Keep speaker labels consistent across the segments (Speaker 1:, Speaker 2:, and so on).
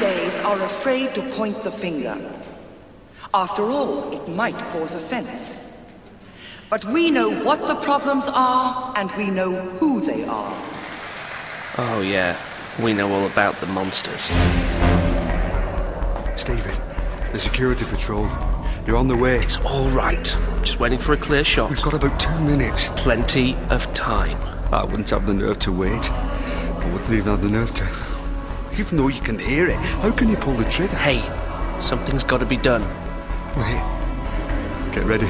Speaker 1: days are afraid to point the finger. After all, it might cause offense. But we know what the problems are, and we know who they are.
Speaker 2: Oh, yeah. We know all about the monsters.
Speaker 3: Stephen, the security patrol. They're on the way.
Speaker 2: It's all right. Just waiting for a clear shot.
Speaker 3: We've got about two minutes.
Speaker 2: Plenty of time.
Speaker 3: I wouldn't have the nerve to wait. I wouldn't even have the nerve to. Even though you can hear it, how can you pull the trigger?
Speaker 2: Hey, something's got to be done.
Speaker 3: Wait. Get ready.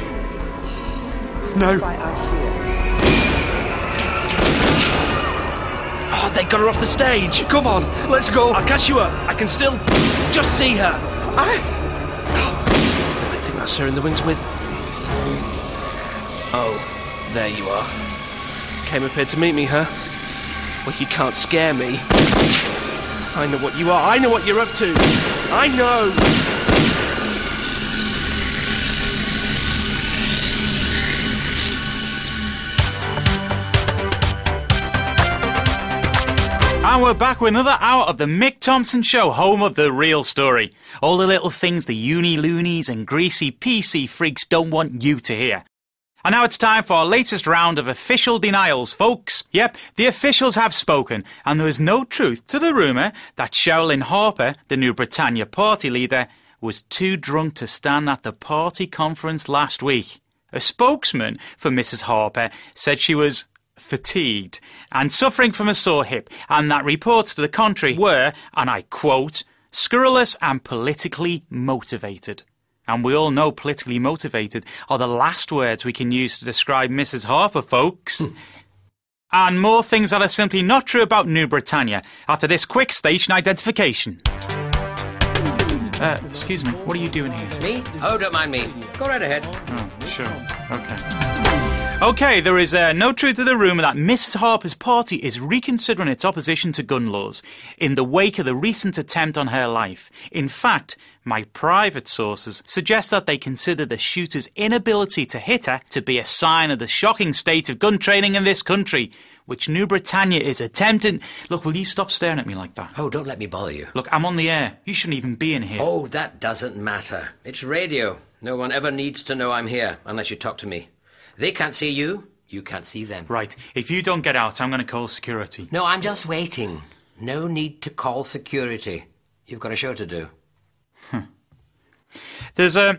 Speaker 3: No.
Speaker 1: By our fears.
Speaker 2: Oh, they got her off the stage.
Speaker 3: Come on, let's go.
Speaker 2: I'll catch you up. I can still just see her.
Speaker 3: I...
Speaker 2: I think that's her in the wings with. Oh, there you are. Came up here to meet me, huh? Well, you can't scare me. I know what you are. I know what you're up to. I know.
Speaker 4: And we're back with another hour of the Mick Thompson Show, home of the real story. All the little things the uni loonies and greasy PC freaks don't want you to hear. And now it's time for our latest round of official denials, folks. Yep, the officials have spoken, and there is no truth to the rumour that Sherilyn Harper, the new Britannia party leader, was too drunk to stand at the party conference last week. A spokesman for Mrs. Harper said she was fatigued and suffering from a sore hip, and that reports to the contrary were, and I quote, scurrilous and politically motivated. And we all know politically motivated are the last words we can use to describe Mrs. Harper, folks. and more things that are simply not true about New Britannia after this quick station identification. Uh, excuse me, what are you doing here?
Speaker 2: Me? Oh, don't mind me. Go right ahead.
Speaker 4: Oh, Sure. Okay. Okay, there is uh, no truth to the rumour that Mrs. Harper's party is reconsidering its opposition to gun laws in the wake of the recent attempt on her life. In fact, my private sources suggest that they consider the shooter's inability to hit her to be a sign of the shocking state of gun training in this country, which New Britannia is attempting. Look, will you stop staring at me like that?
Speaker 5: Oh, don't let me bother you.
Speaker 4: Look, I'm on the air. You shouldn't even be in here.
Speaker 5: Oh, that doesn't matter. It's radio. No one ever needs to know I'm here unless you talk to me. They can't see you, you can't see them.
Speaker 4: Right, if you don't get out, I'm going to call security.
Speaker 5: No, I'm just waiting. No need to call security. You've got a show to do.
Speaker 4: Hmm. There's a.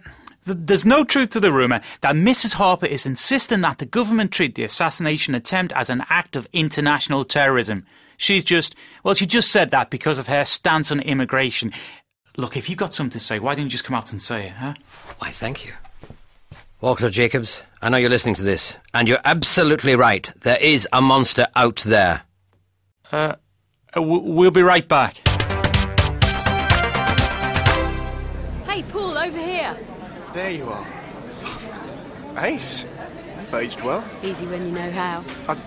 Speaker 4: th- There's no truth to the rumour that Mrs. Harper is insisting that the government treat the assassination attempt as an act of international terrorism. She's just, well, she just said that because of her stance on immigration. Look, if you got something to say, why didn't you just come out and say it, huh?
Speaker 5: Why, thank you. Walker Jacobs, I know you're listening to this, and you're absolutely right. There is a monster out there.
Speaker 4: Uh, w- we'll be right back.
Speaker 6: Hey, Paul, over here.
Speaker 7: There you are. Ace. You've aged well.
Speaker 6: Easy when you know how.
Speaker 7: I,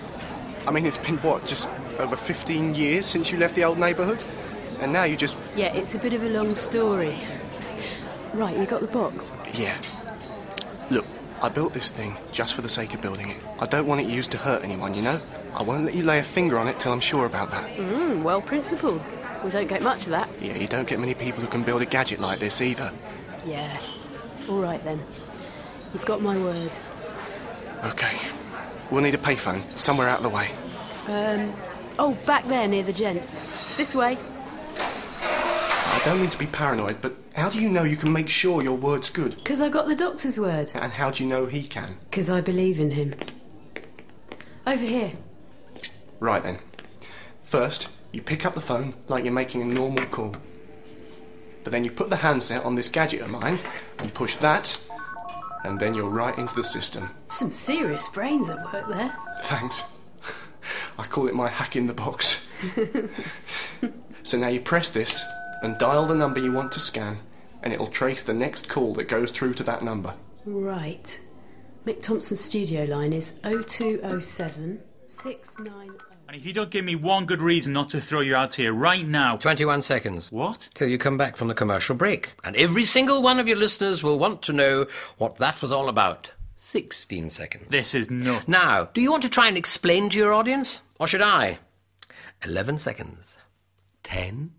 Speaker 7: I mean, it's been what, just over 15 years since you left the old neighbourhood? And now you just.
Speaker 6: Yeah, it's a bit of a long story. Right, you got the box.
Speaker 7: Yeah. Look, I built this thing just for the sake of building it. I don't want it used to hurt anyone, you know? I won't let you lay a finger on it till I'm sure about that.
Speaker 6: Hmm, well principled. We don't get much of that.
Speaker 7: Yeah, you don't get many people who can build a gadget like this either.
Speaker 6: Yeah. All right then. You've got my word.
Speaker 7: Okay. We'll need a payphone, somewhere out of the way.
Speaker 6: Um, oh, back there near the gents. This way.
Speaker 7: I don't mean to be paranoid, but how do you know you can make sure your word's good?
Speaker 6: Because I got the doctor's word.
Speaker 7: And how do you know he can?
Speaker 6: Because I believe in him. Over here.
Speaker 7: Right then. First, you pick up the phone like you're making a normal call. But then you put the handset on this gadget of mine and push that, and then you're right into the system.
Speaker 6: Some serious brains at work there.
Speaker 7: Thanks. I call it my hack in the box. so now you press this and dial the number you want to scan, and it'll trace the next call that goes through to that number.
Speaker 6: Right. Mick Thompson's studio line is 0207 690.
Speaker 4: And if you don't give me one good reason not to throw you out here right now.
Speaker 5: 21 seconds.
Speaker 4: What?
Speaker 5: Till you come back from the commercial break. And every single one of your listeners will want to know what that was all about. 16 seconds.
Speaker 4: This is nuts.
Speaker 5: Now, do you want to try and explain to your audience? Or should I? 11 seconds. 10,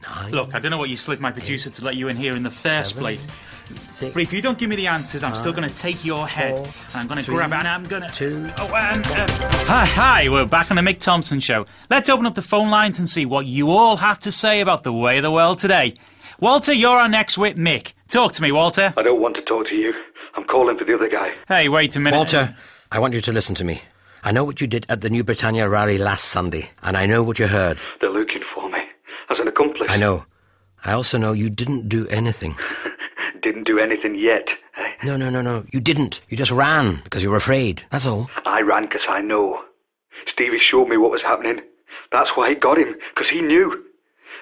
Speaker 5: 9, nine.
Speaker 4: Look, I don't know what you slid my producer to let you in here in the first
Speaker 5: seven,
Speaker 4: place.
Speaker 5: six,
Speaker 4: but if you don't give me the answers, I'm still going to take your head
Speaker 5: four,
Speaker 4: and I'm going to
Speaker 5: three,
Speaker 4: grab it and I'm going to.
Speaker 5: two,
Speaker 4: Oh, and. Uh, hi, hi, we're back on the Mick Thompson show. Let's open up the phone lines and see what you all have to say about the way of the world today. Walter, you're our next wit, Mick. Talk to me, Walter.
Speaker 8: I don't want to talk to you. I'm calling for the other guy.
Speaker 4: Hey, wait a minute.
Speaker 5: Walter, I want you to listen to me. I know what you did at the New Britannia rally last Sunday, and I know what you heard.
Speaker 8: They're looking for me as an accomplice.
Speaker 5: I know. I also know you didn't do anything.
Speaker 8: Didn't do anything yet. eh?
Speaker 5: No, no, no, no. You didn't. You just ran because you were afraid. That's all.
Speaker 8: I ran 'cause I know. Stevie showed me what was happening. That's why he got him, 'cause he knew.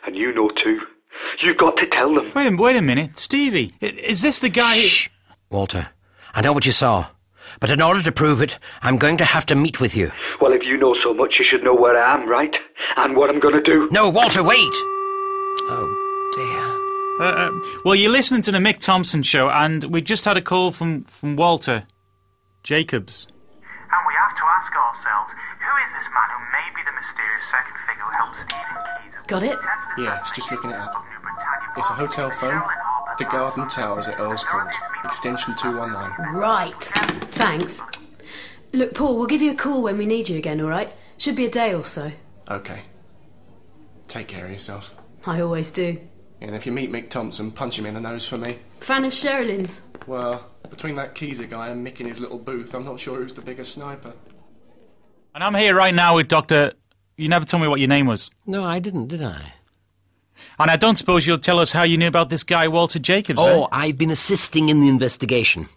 Speaker 8: And you know too. You've got to tell them.
Speaker 4: Wait a, wait a minute. Stevie, i- is this the guy. who-
Speaker 5: Shh. Walter, I know what you saw. But in order to prove it, I'm going to have to meet with you.
Speaker 8: Well, if you know so much, you should know where I am, right? And what I'm going to do.
Speaker 5: No, Walter, wait! Oh, dear.
Speaker 4: Uh, uh, well, you're listening to the Mick Thompson show, and we just had a call from, from Walter Jacobs.
Speaker 9: And we have to ask ourselves, who is this man who may be the mysterious second figure who helped Stephen Keyes?
Speaker 6: Got it?
Speaker 7: Yeah, it's just looking it up. It's a hotel phone. The Garden Tower, as it always called. Extension 219.
Speaker 6: Right. Thanks. Look, Paul, we'll give you a call when we need you again, all right? Should be a day or so.
Speaker 7: Okay. Take care of yourself.
Speaker 6: I always do.
Speaker 7: And if you meet Mick Thompson, punch him in the nose for me.
Speaker 6: Fan of Sherilyn's.
Speaker 7: Well, between that Keezer guy and Mick in his little booth, I'm not sure who's the bigger sniper.
Speaker 4: And I'm here right now with Dr. You never told me what your name was.
Speaker 5: No, I didn't, did I?
Speaker 4: And I don't suppose you'll tell us how you knew about this guy, Walter Jacobs. eh?
Speaker 5: Oh, I've been assisting in the investigation.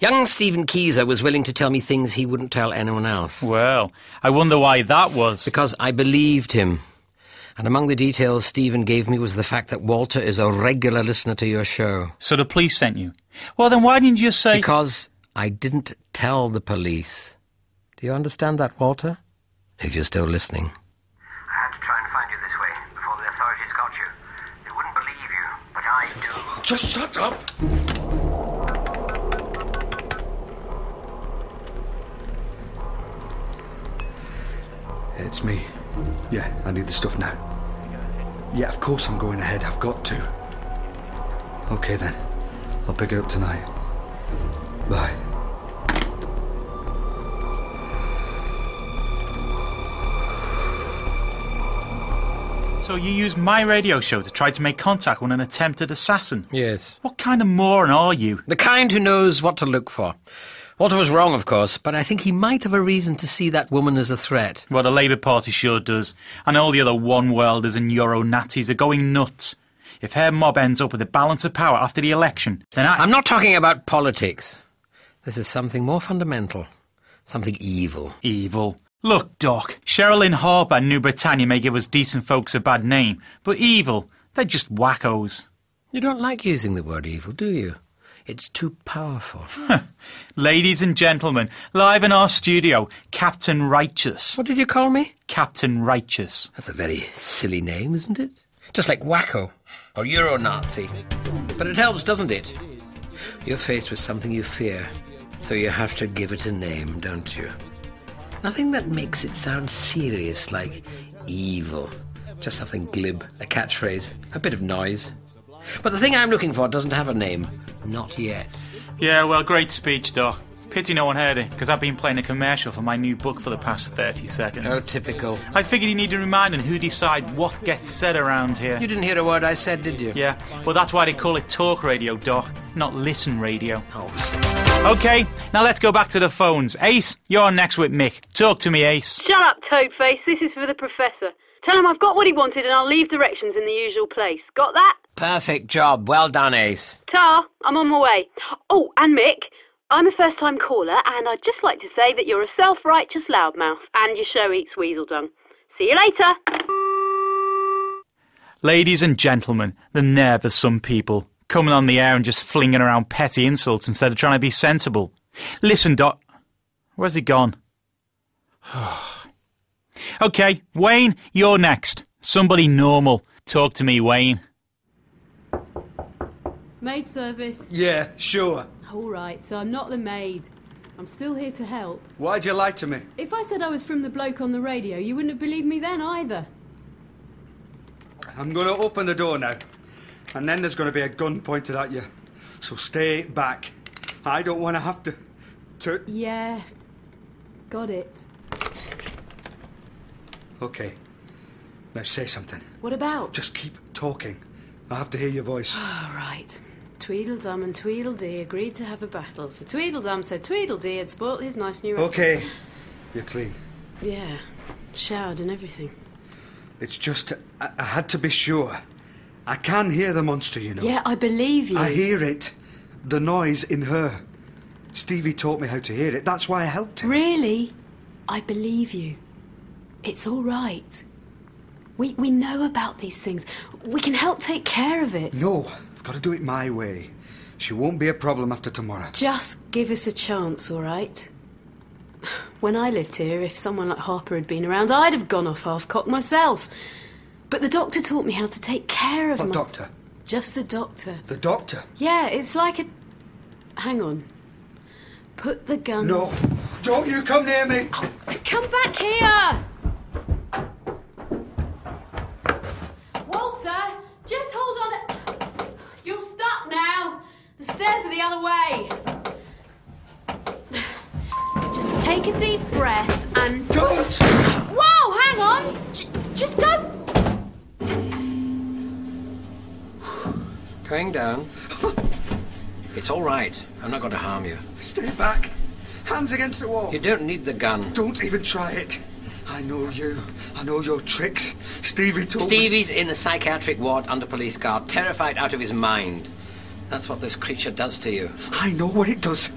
Speaker 5: Young Stephen Keyser was willing to tell me things he wouldn't tell anyone else.
Speaker 4: Well, I wonder why that was.
Speaker 5: Because I believed him. And among the details Stephen gave me was the fact that Walter is a regular listener to your show.
Speaker 4: So the police sent you. Well, then why didn't you just say.
Speaker 5: Because I didn't tell the police. Do you understand that, Walter? If you're still listening.
Speaker 9: I had to try and find you this way before the authorities got you. They wouldn't believe you, but I do.
Speaker 3: Just shut up! It's me. Yeah, I need the stuff now. Yeah, of course I'm going ahead. I've got to. Okay then. I'll pick it up tonight. Bye.
Speaker 4: So you used my radio show to try to make contact with an attempted assassin?
Speaker 5: Yes.
Speaker 4: What kind of moron are you?
Speaker 5: The kind who knows what to look for. Walter was wrong, of course, but I think he might have a reason to see that woman as a threat.
Speaker 4: Well, the Labour Party sure does. And all the other one worlders and Euro natties are going nuts. If her mob ends up with a balance of power after the election, then I.
Speaker 5: I'm not talking about politics. This is something more fundamental, something evil.
Speaker 4: evil. Look, Doc, Sherilyn Harper and New Britannia may give us decent folks a bad name, but evil, they're just wackos.
Speaker 5: You don't like using the word evil, do you? It's too powerful.
Speaker 4: Ladies and gentlemen, live in our studio, Captain Righteous.
Speaker 5: What did you call me?
Speaker 4: Captain Righteous.
Speaker 5: That's a very silly name, isn't it? Just like wacko or Euro Nazi. But it helps, doesn't it? You're faced with something you fear, so you have to give it a name, don't you? Nothing that makes it sound serious like evil. Just something glib, a catchphrase, a bit of noise. But the thing I'm looking for doesn't have a name. Not yet.
Speaker 4: Yeah, well, great speech, Doc. Pity no one heard it, because I've been playing a commercial for my new book for the past 30 seconds.
Speaker 5: Oh, typical.
Speaker 4: I figured you needed reminding who decides what gets said around here.
Speaker 5: You didn't hear a word I said, did you?
Speaker 4: Yeah, well, that's why they call it talk radio, Doc, not listen radio.
Speaker 5: Oh.
Speaker 4: Okay, now let's go back to the phones. Ace, you're next with Mick. Talk to me, Ace.
Speaker 10: Shut up, Toadface. This is for the Professor. Tell him I've got what he wanted and I'll leave directions in the usual place. Got that?
Speaker 5: Perfect job. Well done, Ace.
Speaker 10: Ta, I'm on my way. Oh, and Mick, I'm a first time caller and I'd just like to say that you're a self righteous loudmouth and your show eats weasel dung. See you later.
Speaker 4: Ladies and gentlemen, the nerve of some people coming on the air and just flinging around petty insults instead of trying to be sensible. Listen, Doc. Where's he gone? okay, Wayne, you're next. Somebody normal. Talk to me, Wayne.
Speaker 6: Maid service.
Speaker 3: Yeah, sure.
Speaker 6: All right, so I'm not the maid. I'm still here to help.
Speaker 3: Why'd you lie to me?
Speaker 6: If I said I was from the bloke on the radio, you wouldn't have believed me then either.
Speaker 3: I'm going to open the door now, and then there's going to be a gun pointed at you. So stay back. I don't want to have to. to.
Speaker 6: Yeah. Got it.
Speaker 3: Okay. Now say something.
Speaker 6: What about?
Speaker 3: Just keep talking. I have to hear your voice.
Speaker 6: All right. Tweedledum and Tweedledee agreed to have a battle, for Tweedledum said Tweedledee had spoilt his nice new
Speaker 3: Okay. You're clean.
Speaker 6: Yeah, showered and everything.
Speaker 3: It's just I, I had to be sure. I can hear the monster, you know.
Speaker 6: Yeah, I believe you.
Speaker 3: I hear it. The noise in her. Stevie taught me how to hear it. That's why I helped him.
Speaker 6: Really? I believe you. It's all right. We, we know about these things. We can help take care of it.
Speaker 3: No, I've got to do it my way. She won't be a problem after tomorrow.
Speaker 6: Just give us a chance, all right? When I lived here, if someone like Harper had been around, I'd have gone off half cock myself. But the doctor taught me how to take care of
Speaker 3: What
Speaker 6: mys-
Speaker 3: doctor?
Speaker 6: Just the doctor.
Speaker 3: The doctor?
Speaker 6: Yeah, it's like a. Hang on. Put the gun.
Speaker 3: No. Don't you come near me!
Speaker 6: Come back here! Walter, just hold on. a- You're stuck now. The stairs are the other way. Just take a deep breath and.
Speaker 3: Don't!
Speaker 6: Whoa, hang on! J- just don't.
Speaker 5: Going down. It's all right. I'm not going to harm you.
Speaker 3: Stay back. Hands against the wall.
Speaker 5: You don't need the gun.
Speaker 3: Don't even try it. I know you. I know your tricks. Stevie told me.
Speaker 5: Stevie's in a psychiatric ward under police guard, terrified out of his mind. That's what this creature does to you.
Speaker 3: I know what it does.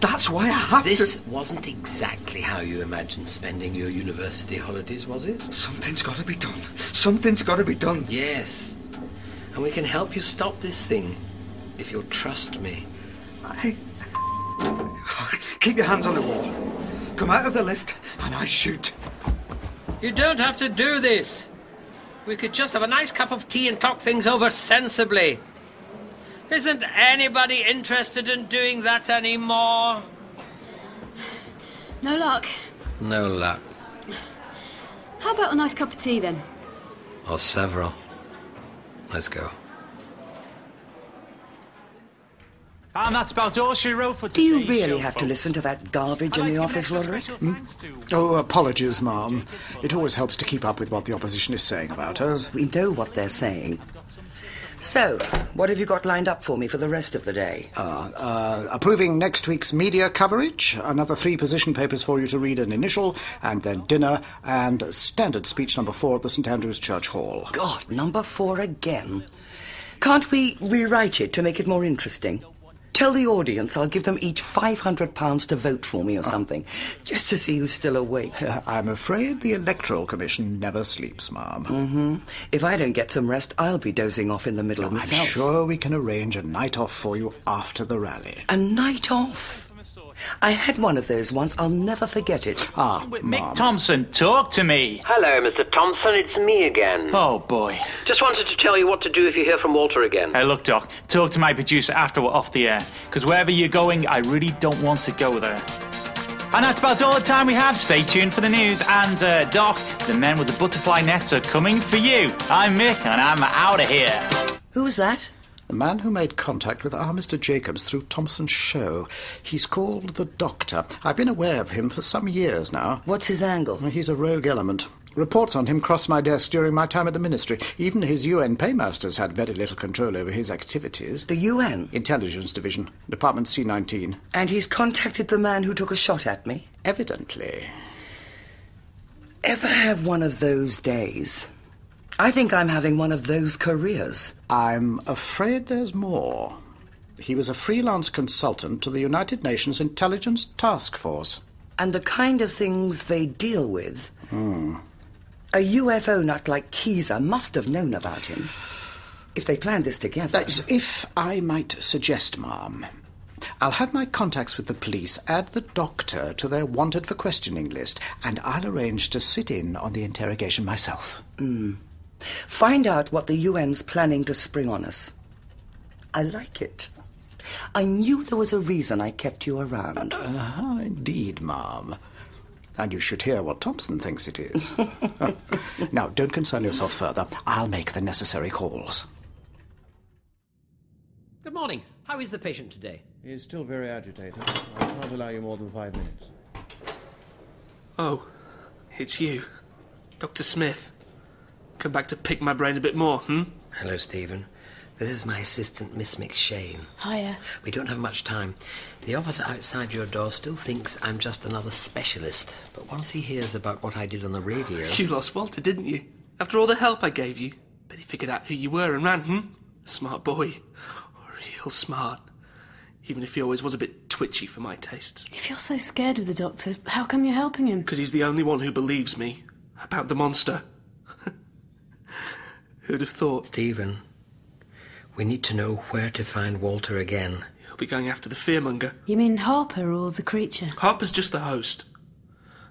Speaker 3: That's why I have
Speaker 5: This
Speaker 3: to.
Speaker 5: wasn't exactly how you imagined spending your university holidays, was it?
Speaker 3: Something's got to be done. Something's got to be done.
Speaker 5: Yes. And we can help you stop this thing if you'll trust me.
Speaker 3: I... Keep your hands on the wall. Come out of the lift, and I shoot.
Speaker 5: You don't have to do this. We could just have a nice cup of tea and talk things over sensibly. Isn't anybody interested in doing that anymore?
Speaker 6: No luck.
Speaker 5: No luck.
Speaker 6: How about a nice cup of tea then?
Speaker 5: Or several. Let's go.
Speaker 4: And Ah, that's about all she wrote for
Speaker 11: Do you really have to listen to that garbage in the office, Roderick? Hmm?
Speaker 12: Oh, apologies, ma'am. It always helps to keep up with what the opposition is saying about us.
Speaker 11: We know what they're saying. So, what have you got lined up for me for the rest of the day?
Speaker 12: Uh, uh, approving next week's media coverage, another three position papers for you to read and initial, and then dinner, and standard speech number four at the St Andrew's Church Hall.
Speaker 11: God, number four again. Can't we rewrite it to make it more interesting? Tell the audience I'll give them each £500 to vote for me or something, just to see who's still awake.
Speaker 12: Ah. Uh, I'm afraid the Electoral Commission never sleeps, ma'am.
Speaker 11: hmm If I don't get some rest, I'll be dozing off in the middle of
Speaker 12: I'm
Speaker 11: myself.
Speaker 12: sure we can arrange a night off for you after the rally.
Speaker 11: A night off? I had one of those once. I'll never forget it.
Speaker 12: Ah,
Speaker 4: Mick Thompson, talk to me.
Speaker 5: Hello, Mr. Thompson. It's me again.
Speaker 4: Oh boy.
Speaker 5: Just wanted to tell you what to do if you hear from Walter again.
Speaker 4: Hey, look, Doc, talk to my producer after we're off the air, because wherever you're going, I really don't want to go there. And that's about all the time we have. Stay tuned for the news. And, uh, Doc, the men with the butterfly nets are coming for you. I'm Mick, and I'm out of here.
Speaker 11: Who was that?
Speaker 12: The man who made contact with our Mr. Jacobs through Thompson's show. He's called the Doctor. I've been aware of him for some years now.
Speaker 11: What's his angle?
Speaker 12: He's a rogue element. Reports on him crossed my desk during my time at the ministry. Even his UN paymasters had very little control over his activities.
Speaker 11: The UN?
Speaker 12: Intelligence Division, Department C19.
Speaker 11: And he's contacted the man who took a shot at me?
Speaker 12: Evidently.
Speaker 11: Ever have one of those days? I think I'm having one of those careers.
Speaker 12: I'm afraid there's more. He was a freelance consultant to the United Nations Intelligence Task Force.
Speaker 11: And the kind of things they deal with.
Speaker 12: Hmm.
Speaker 11: A UFO nut like Keezer must have known about him. If they planned this together.
Speaker 12: That's Uh, if I might suggest, ma'am. I'll have my contacts with the police add the doctor to their wanted for questioning list, and I'll arrange to sit in on the interrogation myself.
Speaker 11: Hmm. Find out what the UN's planning to spring on us. I like it.
Speaker 12: Uh,
Speaker 11: I knew there was a reason I kept you around.
Speaker 12: Ah, indeed, ma'am. And you should hear what Thompson thinks it is. now, don't concern yourself further. I'll make the necessary calls.
Speaker 5: Good morning. How is the patient today?
Speaker 13: He is still very agitated. I can't allow you more than five minutes.
Speaker 2: Oh, it's you, Dr. Smith. Come back to pick my brain a bit more, hmm?
Speaker 5: Hello, Stephen. This is my assistant, Miss McShane.
Speaker 6: Hiya.
Speaker 5: We don't have much time. The officer outside your door still thinks I'm just another specialist, but once he hears about what I did on the radio.
Speaker 2: You lost Walter, didn't you? After all the help I gave you. But he figured out who you were and ran, hmm? Smart boy. Real smart. Even if he always was a bit twitchy for my tastes.
Speaker 6: If you're so scared of the doctor, how come you're helping him?
Speaker 2: Because he's the only one who believes me about the monster. Who'd have thought?
Speaker 5: Stephen, we need to know where to find Walter again.
Speaker 2: He'll be going after the fearmonger.
Speaker 6: You mean Harper or the creature?
Speaker 2: Harper's just the host.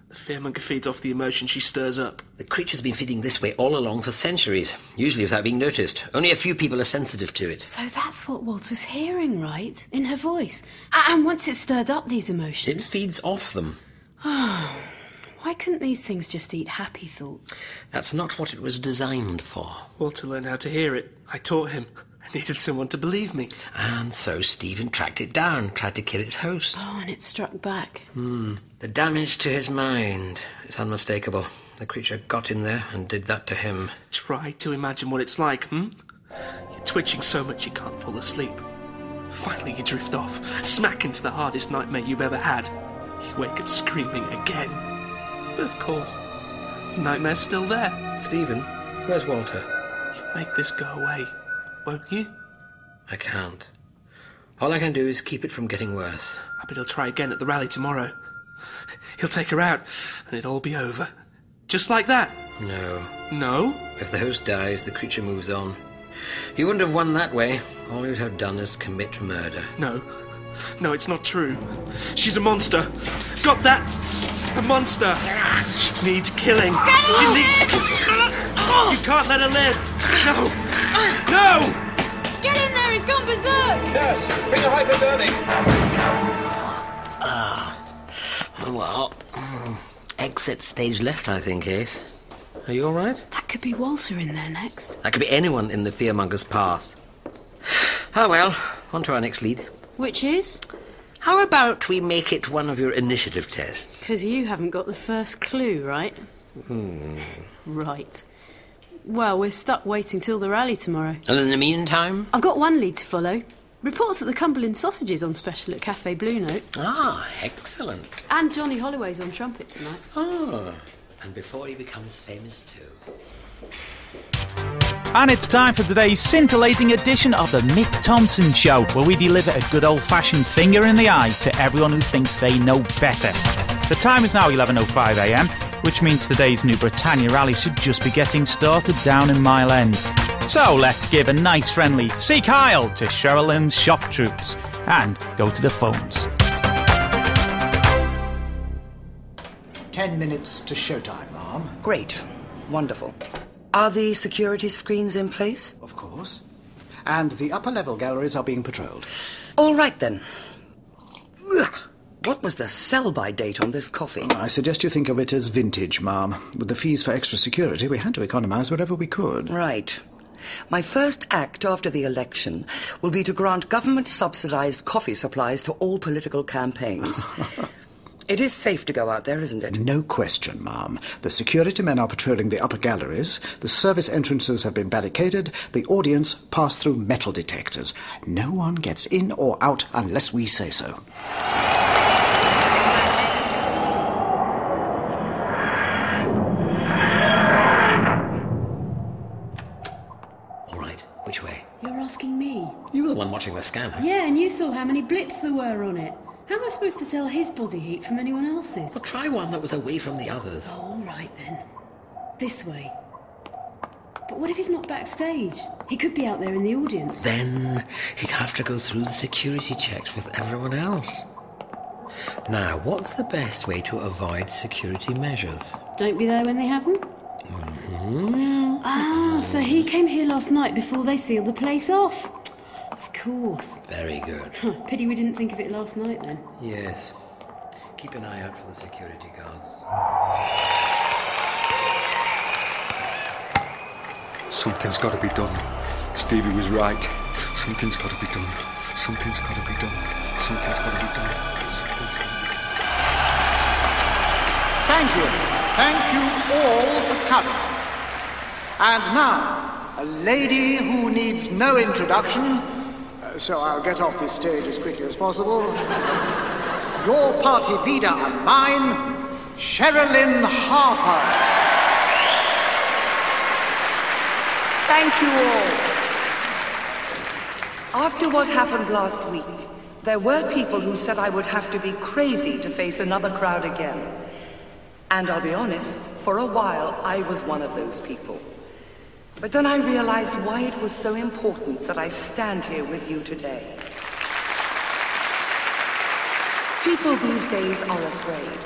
Speaker 2: The fearmonger feeds off the emotion she stirs up.
Speaker 5: The creature's been feeding this way all along for centuries, usually without being noticed. Only a few people are sensitive to it.
Speaker 6: So that's what Walter's hearing, right? In her voice. A- And once it's stirred up these emotions.
Speaker 5: It feeds off them.
Speaker 6: Oh, why couldn't these things just eat happy thoughts?
Speaker 5: That's not what it was designed for.
Speaker 2: Walter learned how to hear it. I taught him. I needed someone to believe me.
Speaker 5: And so Stephen tracked it down, tried to kill its host.
Speaker 6: Oh, and it struck back.
Speaker 5: Hmm. The damage to his mind is unmistakable. The creature got in there and did that to him.
Speaker 2: Try to imagine what it's like, hmm? You're twitching so much you can't fall asleep. Finally, you drift off, smack into the hardest nightmare you've ever had. You wake up screaming again. But of course, the nightmare's still there.
Speaker 5: Stephen, where's Walter?
Speaker 2: You'll make this go away, won't you?
Speaker 5: I can't. All I can do is keep it from getting worse.
Speaker 2: I bet he'll try again at the rally tomorrow. He'll take her out, and it'll all be over. Just like that.
Speaker 5: No.
Speaker 2: No?
Speaker 5: If the host dies, the creature moves on. You wouldn't have won that way. All you'd have done is commit murder.
Speaker 2: No. No, it's not true. She's a monster. Got that? A monster. She needs killing. She needs. You can't let her live. No. No!
Speaker 6: Get in there, he's gone berserk!
Speaker 14: Nurse, bring a hypodermic.
Speaker 5: Ah. Well, mm, exit stage left, I think, Ace. Are you all right?
Speaker 6: That could be Walter in there next.
Speaker 5: That could be anyone in the fearmonger's path. Ah, well, on to our next lead.
Speaker 6: Which is?
Speaker 5: How about we make it one of your initiative tests?
Speaker 6: Because you haven't got the first clue, right?
Speaker 5: Hmm.
Speaker 6: Right. Well, we're stuck waiting till the rally tomorrow.
Speaker 5: And in the meantime?
Speaker 6: I've got one lead to follow. Reports that the Cumberland sausage is on special at Cafe Blue Note.
Speaker 5: Ah, excellent.
Speaker 6: And Johnny Holloway's on trumpet tonight.
Speaker 5: Ah. And before he becomes famous, too.
Speaker 4: And it's time for today's scintillating edition of the Mick Thompson Show, where we deliver a good old fashioned finger in the eye to everyone who thinks they know better. The time is now 11.05am, which means today's New Britannia rally should just be getting started down in Mile End. So let's give a nice friendly Seek Heil to Sherilyn's shock troops and go to the phones.
Speaker 12: Ten minutes to showtime, ma'am.
Speaker 11: Great. Wonderful. Are the security screens in place?
Speaker 12: Of course. And the upper level galleries are being patrolled.
Speaker 11: All right then. Ugh. What was the sell by date on this coffee?
Speaker 12: I suggest you think of it as vintage, ma'am. With the fees for extra security, we had to economize wherever we could.
Speaker 11: Right. My first act after the election will be to grant government subsidized coffee supplies to all political campaigns. it is safe to go out there, isn't it?
Speaker 12: No question, ma'am. The security men are patrolling the upper galleries, the service entrances have been barricaded, the audience pass through metal detectors. No one gets in or out unless we say so.
Speaker 5: All right, which way?
Speaker 6: You're asking me?
Speaker 5: You were the one watching the scanner.
Speaker 6: Yeah, and you saw how many blips there were on it. How am I supposed to tell his body heat from anyone else's?
Speaker 5: Well, try one that was away from the others.
Speaker 6: Oh, all right then. This way. But what if he's not backstage? He could be out there in the audience.
Speaker 5: Then he'd have to go through the security checks with everyone else. Now, what's the best way to avoid security measures?
Speaker 6: Don't be there when they have them.
Speaker 5: Mm-hmm.
Speaker 6: Ah, so he came here last night before they sealed the place off. Of course.
Speaker 5: Very good.
Speaker 6: Huh, Pity we didn't think of it last night then.
Speaker 5: Yes. Keep an eye out for the security guards.
Speaker 3: Something's got to be done. Stevie was right. Something's got to be done. Something's got to be done. Something's got to be done. Something's got to be done.
Speaker 12: Thank you. Thank you all for coming. And now, a lady who needs no introduction, uh, so I'll get off this stage as quickly as possible. Your party leader and mine, Sherilyn Harper.
Speaker 11: Thank you all. After what happened last week, there were people who said I would have to be crazy to face another crowd again. And I'll be honest, for a while I was one of those people. But then I realized why it was so important that I stand here with you today. People these days are afraid,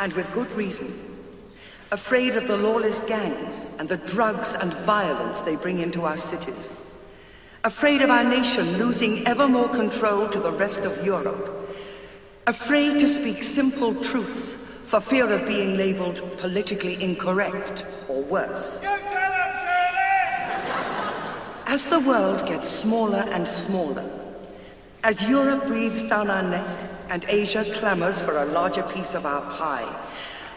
Speaker 11: and with good reason. Afraid of the lawless gangs and the drugs and violence they bring into our cities. Afraid of our nation losing ever more control to the rest of Europe. Afraid to speak simple truths for fear of being labeled politically incorrect or worse. As the world gets smaller and smaller, as Europe breathes down our neck and Asia clamors for a larger piece of our pie,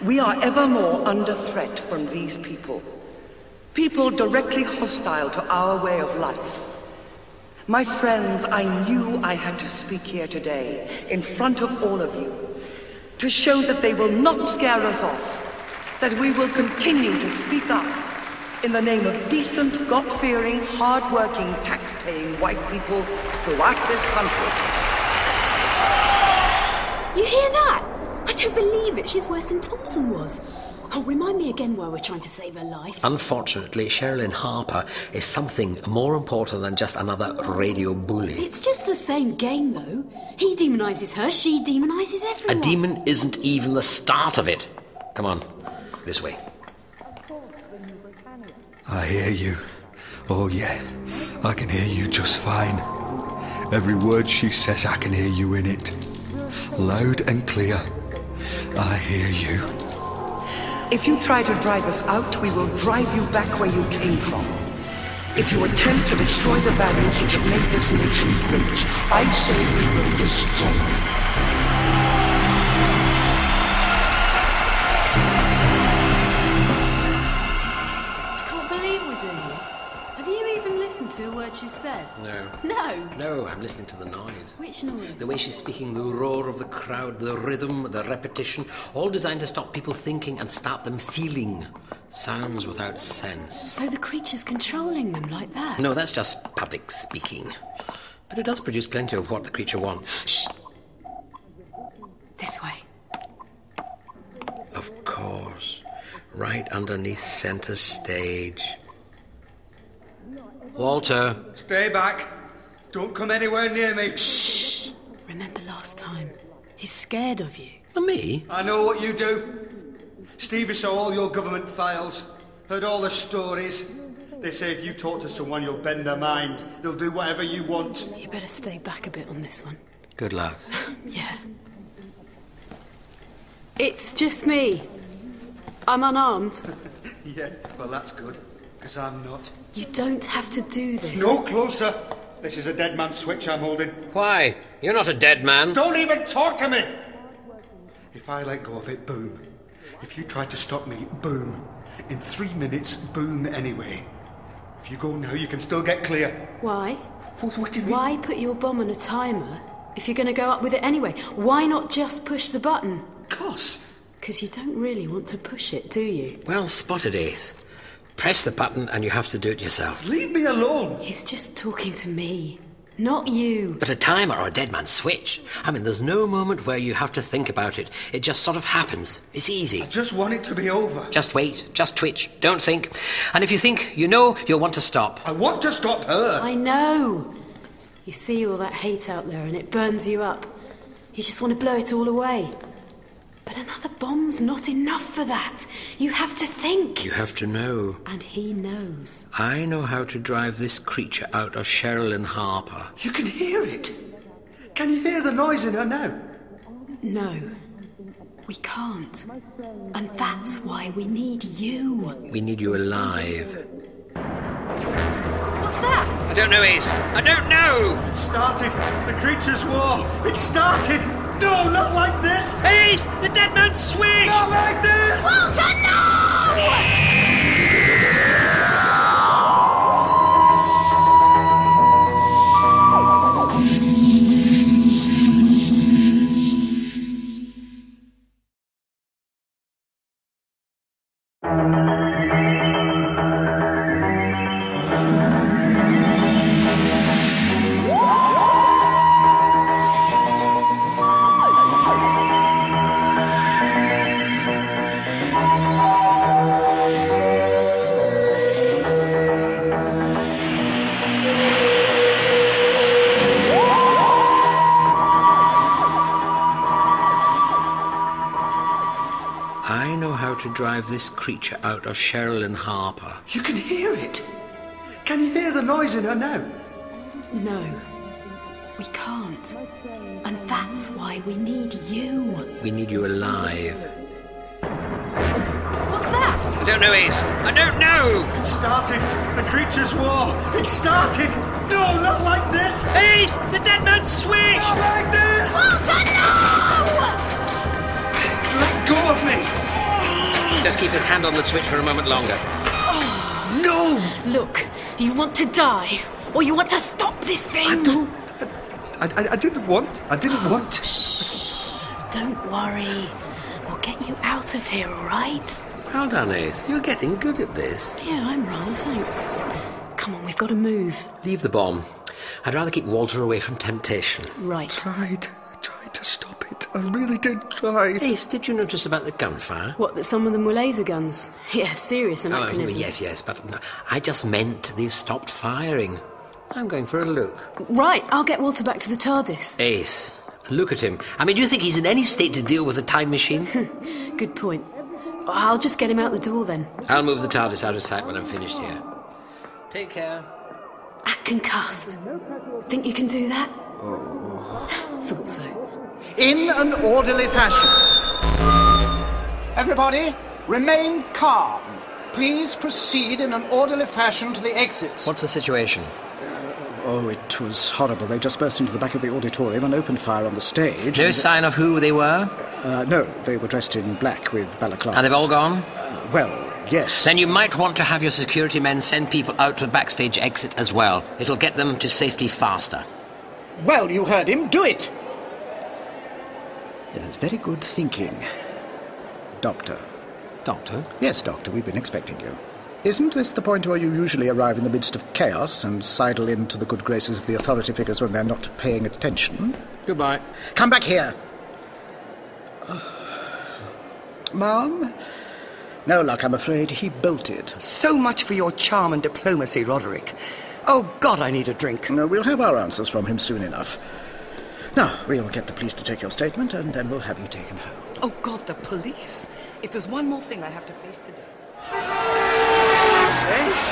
Speaker 11: we are ever more under threat from these people. People directly hostile to our way of life. My friends, I knew I had to speak here today, in front of all of you, to show that they will not scare us off, that we will continue to speak up in the name of decent, God-fearing, hard-working, tax-paying white people throughout this country.
Speaker 6: You hear that? I don't believe it. She's worse than Thompson was. Oh, remind me again why we're trying to save her life.
Speaker 5: Unfortunately, Sherilyn Harper is something more important than just another radio bully.
Speaker 6: It's just the same game, though. He demonises her, she demonises
Speaker 5: A
Speaker 6: everyone.
Speaker 5: demon isn't even the start of it. Come on, this way.
Speaker 3: I hear you. Oh, yeah. I can hear you just fine. Every word she says, I can hear you in it. Loud and clear. I hear you.
Speaker 11: If you try to drive us out, we will drive you back where you came from. If you attempt to destroy the values which have made this nation great, I say we will destroy you.
Speaker 6: I can't believe we're doing this. Have you even listened to a word she's said?
Speaker 5: No.
Speaker 6: No.
Speaker 5: No, I'm listening to the noise.
Speaker 6: Which noise?
Speaker 5: The way she's speaking, the roar of the crowd, the rhythm, the repetition, all designed to stop people thinking and start them feeling. Sounds without sense.
Speaker 6: So the creature's controlling them like that?
Speaker 5: No, that's just public speaking. But it does produce plenty of what the creature wants.
Speaker 6: This way.
Speaker 5: Of course. Right underneath center stage. Walter.
Speaker 3: Stay back. Don't come anywhere near me.
Speaker 6: Shh. Remember last time? He's scared of you.
Speaker 5: And me?
Speaker 3: I know what you do. Stevie saw all your government files, heard all the stories. They say if you talk to someone, you'll bend their mind. They'll do whatever you want.
Speaker 6: You better stay back a bit on this one.
Speaker 5: Good luck.
Speaker 6: Yeah. It's just me. I'm unarmed.
Speaker 3: Yeah, well, that's good, because I'm not.
Speaker 6: You don't have to do this.
Speaker 3: No closer. This is a dead man's switch I'm holding.
Speaker 5: Why? You're not a dead man.
Speaker 3: Don't even talk to me! If I let go of it, boom. If you try to stop me, boom. In three minutes, boom anyway. If you go now, you can still get clear.
Speaker 6: Why? Why put your bomb on a timer if you're going to go up with it anyway? Why not just push the button?
Speaker 3: Cos.
Speaker 6: Because you don't really want to push it, do you?
Speaker 5: Well spotted, Ace. Press the button and you have to do it yourself.
Speaker 3: Leave me alone.
Speaker 6: He's just talking to me, not you.
Speaker 5: But a timer or a dead man switch. I mean, there's no moment where you have to think about it. It just sort of happens. It's easy. I
Speaker 3: just want it to be over.
Speaker 5: Just wait. Just twitch. Don't think. And if you think, you know you'll want to stop.
Speaker 3: I want to stop her.
Speaker 6: I know. You see all that hate out there and it burns you up. You just want to blow it all away. But another bomb's not enough for that. You have to think.
Speaker 5: You have to know.
Speaker 6: And he knows.
Speaker 5: I know how to drive this creature out of Sherilyn Harper.
Speaker 3: You can hear it. Can you hear the noise in her now?
Speaker 6: No. We can't. And that's why we need you.
Speaker 5: We need you alive.
Speaker 6: What's that?
Speaker 5: I don't know, Ace. I don't know!
Speaker 15: It started! The creature's war! It started! No, not like this!
Speaker 5: Ace! The dead man's swing!
Speaker 15: Not like this!
Speaker 6: Walter, no!
Speaker 5: I know how to drive this creature out of Cheryl and Harper.
Speaker 11: You can hear it.
Speaker 15: Can you hear the noise in her now?
Speaker 6: No. We can't. And that's why we need you.
Speaker 5: We need you alive.
Speaker 6: What's that?
Speaker 5: I don't know, Ace. I don't know!
Speaker 15: It started! The creature's war! It started! No, not like this!
Speaker 5: Ace! The dead man's switch!
Speaker 15: Not like this!
Speaker 6: Walter, no!
Speaker 15: Let go of me!
Speaker 5: Just keep his hand on the switch for a moment longer.
Speaker 15: No!
Speaker 6: Look, you want to die, or you want to stop this thing?
Speaker 15: I don't. I, I, I didn't want. I didn't want.
Speaker 6: Don't worry. We'll get you out of here, all right?
Speaker 5: Well done, Ace. You're getting good at this.
Speaker 6: Yeah, I'm rather, thanks. Come on, we've got to move.
Speaker 5: Leave the bomb. I'd rather keep Walter away from temptation.
Speaker 6: Right.
Speaker 15: Tried. Tried to stop it. I really did try.
Speaker 5: Ace, did you notice about the gunfire?
Speaker 6: What, that some of them were laser guns? Yeah, serious
Speaker 5: Oh,
Speaker 6: anachronism.
Speaker 5: yes, yes, but no, I just meant they've stopped firing. I'm going for a look.
Speaker 6: Right, I'll get Walter back to the TARDIS.
Speaker 5: Ace, look at him. I mean, do you think he's in any state to deal with a time machine?
Speaker 6: Good point. I'll just get him out the door then.
Speaker 5: I'll move the TARDIS out of sight when I'm finished here. Take care.
Speaker 6: Atkin cast. Think you can do that?
Speaker 15: Oh.
Speaker 6: Thought so.
Speaker 16: in an orderly fashion. Everybody, remain calm. Please proceed in an orderly fashion to the exits.
Speaker 5: What's the situation?
Speaker 15: Uh,
Speaker 12: Oh, it was horrible. They just burst into the back of the auditorium and opened fire on the stage.
Speaker 5: No
Speaker 12: and-
Speaker 5: sign of who they were?
Speaker 12: Uh, no, they were dressed in black with balaclavas.
Speaker 5: And they've all gone?
Speaker 15: Uh,
Speaker 12: well, yes.
Speaker 5: Then you might want to have your security men send people out to the backstage exit as well. It'll get them to safety faster.
Speaker 16: Well, you heard him. Do it.
Speaker 12: Yeah, that's very good thinking. Doctor.
Speaker 5: Doctor?
Speaker 12: Yes, Doctor, we've been expecting you. Isn't this the point where you usually arrive in the midst of chaos and sidle into the good graces of the authority figures when they're not paying attention?
Speaker 5: Goodbye.
Speaker 12: Come back here! Ma'am? No luck, I'm afraid. He bolted.
Speaker 11: So much for your charm and diplomacy, Roderick. Oh, God, I need a drink.
Speaker 12: No, we'll have our answers from him soon enough. Now, we'll get the police to take your statement, and then we'll have you taken home.
Speaker 11: Oh, God, the police. If there's one more thing I have to face today.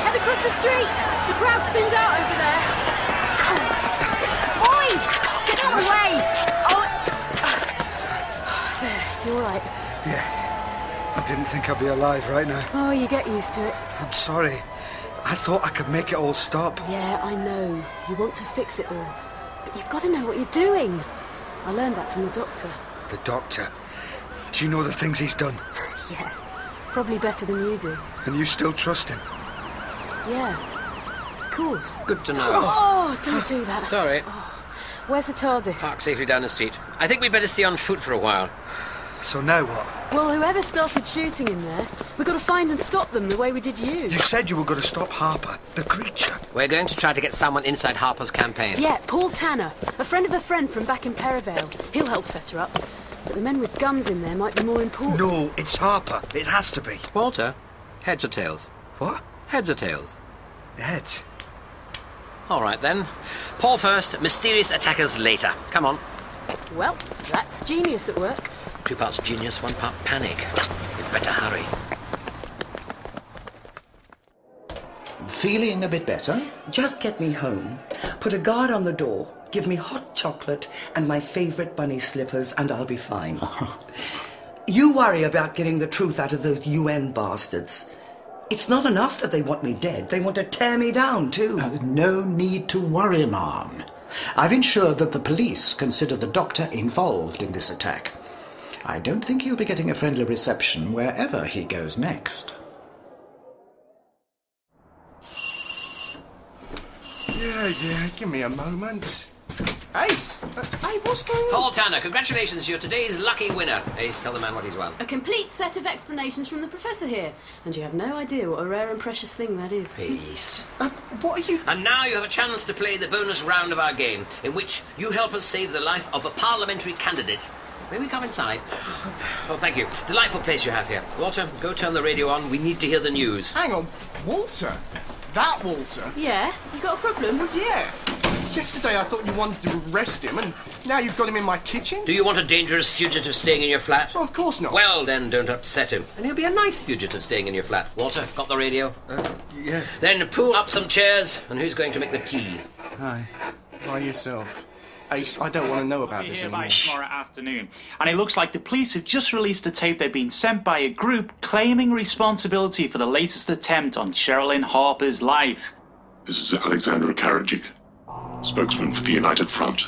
Speaker 6: Head across the street! The crowd's thinned out over there. Oi! Get out of the way! Oh! There, you're all right.
Speaker 15: I didn't think I'd be alive right now.
Speaker 6: Oh, you get used to it.
Speaker 15: I'm sorry. I thought I could make it all stop.
Speaker 6: Yeah, I know. You want to fix it all. But you've got to know what you're doing. I learned that from the doctor.
Speaker 15: The doctor. Do you know the things he's done?
Speaker 6: Yeah. Probably better than you do.
Speaker 15: And you still trust him?
Speaker 6: Yeah. Of course.
Speaker 5: Good to know.
Speaker 6: Oh, don't do that. Oh,
Speaker 5: Sorry.
Speaker 6: Where's the TARDIS?
Speaker 5: Park safely down the street. I think we'd better stay on foot for a while.
Speaker 15: So now what?
Speaker 6: Well, whoever started shooting in there, we've got to find and stop them the way we did you.
Speaker 15: You said you were going to stop Harper, the creature.
Speaker 5: We're going to try to get someone inside Harper's campaign.
Speaker 6: Yeah, Paul Tanner, a friend of a friend from back in Perivale. He'll help set her up. But the men with guns in there might be more important.
Speaker 15: No, it's Harper. It has to be.
Speaker 5: Walter, heads or tails?
Speaker 15: What?
Speaker 5: Heads or tails?
Speaker 15: Heads.
Speaker 5: All right then. Paul first, mysterious attackers later. Come on.
Speaker 6: Well, that's genius at work.
Speaker 5: Two parts genius, one part panic. We'd better hurry.
Speaker 12: Feeling a bit better?
Speaker 11: Just get me home, put a guard on the door, give me hot chocolate and my favorite bunny slippers, and I'll be fine. You worry about getting the truth out of those UN bastards. It's not enough that they want me dead, they want to tear me down too.
Speaker 12: Oh, no need to worry, ma'am. I've ensured that the police consider the doctor involved in this attack. I don't think he'll be getting a friendly reception wherever he goes next.
Speaker 7: Yeah, yeah, give me a moment. Ace! Uh, hey, what's going on?
Speaker 5: Paul Tanner, congratulations, you're today's lucky winner. Ace, tell the man what he's won.
Speaker 6: A complete set of explanations from the professor here, and you have no idea what a rare and precious thing that is. Um,
Speaker 5: Peace.
Speaker 7: Uh, what are you.
Speaker 5: And now you have a chance to play the bonus round of our game, in which you help us save the life of a parliamentary candidate. May we come inside? Oh, thank you. Delightful place you have here. Walter, go turn the radio on. We need to hear the news.
Speaker 7: Hang on. Walter? That Walter?
Speaker 6: Yeah? You got a problem?
Speaker 7: Um, Well, yeah. Yesterday I thought you wanted to arrest him, and now you've got him in my kitchen?
Speaker 5: Do you want a dangerous fugitive staying in your flat?
Speaker 7: Well, of course not.
Speaker 5: Well, then don't upset him. And he'll be a nice fugitive staying in your flat. Walter, got the radio?
Speaker 13: Uh, yeah.
Speaker 5: Then pull up some chairs, and who's going to make the tea?
Speaker 7: Hi. By yourself. Ace, I don't want to know about this
Speaker 4: here
Speaker 7: anymore.
Speaker 4: by tomorrow afternoon. And it looks like the police have just released a tape they've been sent by a group claiming responsibility for the latest attempt on Sherilyn Harper's life.
Speaker 17: This is Alexandra Karadzic, spokesman for the United Front.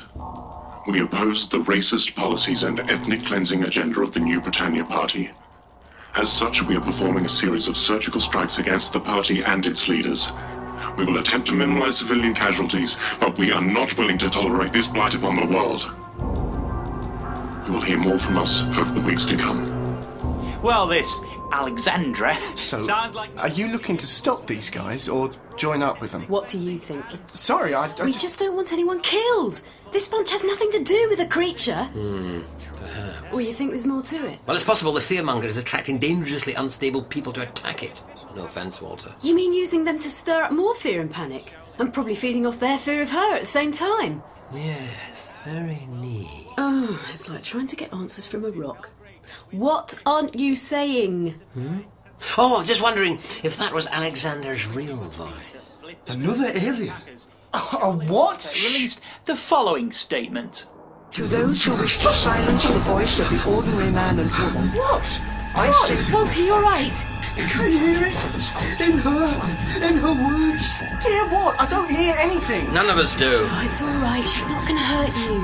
Speaker 17: We oppose the racist policies and ethnic cleansing agenda of the New Britannia Party. As such, we are performing a series of surgical strikes against the party and its leaders. We will attempt to minimize civilian casualties, but we are not willing to tolerate this blight upon the world. You will hear more from us over the weeks to come.
Speaker 4: Well, this Alexandra
Speaker 7: So,
Speaker 4: sounds like.
Speaker 7: are you looking to stop these guys or join up with them?
Speaker 6: What do you think?
Speaker 7: Sorry, I. I
Speaker 6: We just don't want anyone killed. This bunch has nothing to do with the creature.
Speaker 5: Hmm.
Speaker 6: Well, you think there's more to it?
Speaker 5: Well, it's possible the fearmonger is attracting dangerously unstable people to attack it. No offense, Walter.
Speaker 6: You mean using them to stir up more fear and panic? And probably feeding off their fear of her at the same time?
Speaker 5: Yes, very neat.
Speaker 6: Oh, it's like trying to get answers from a rock. What aren't you saying?
Speaker 5: Hmm? Oh, I was just wondering if that was Alexander's real voice.
Speaker 4: Another alien? A what? Released the following statement.
Speaker 1: To those who wish to silence the voice of the ordinary man and woman.
Speaker 7: What?
Speaker 1: I say.
Speaker 6: Walter, you're right.
Speaker 1: I can hear it in her, in her words.
Speaker 7: Hear what? I don't hear anything.
Speaker 5: None of us do.
Speaker 6: Oh, it's all right. She's not going to hurt you.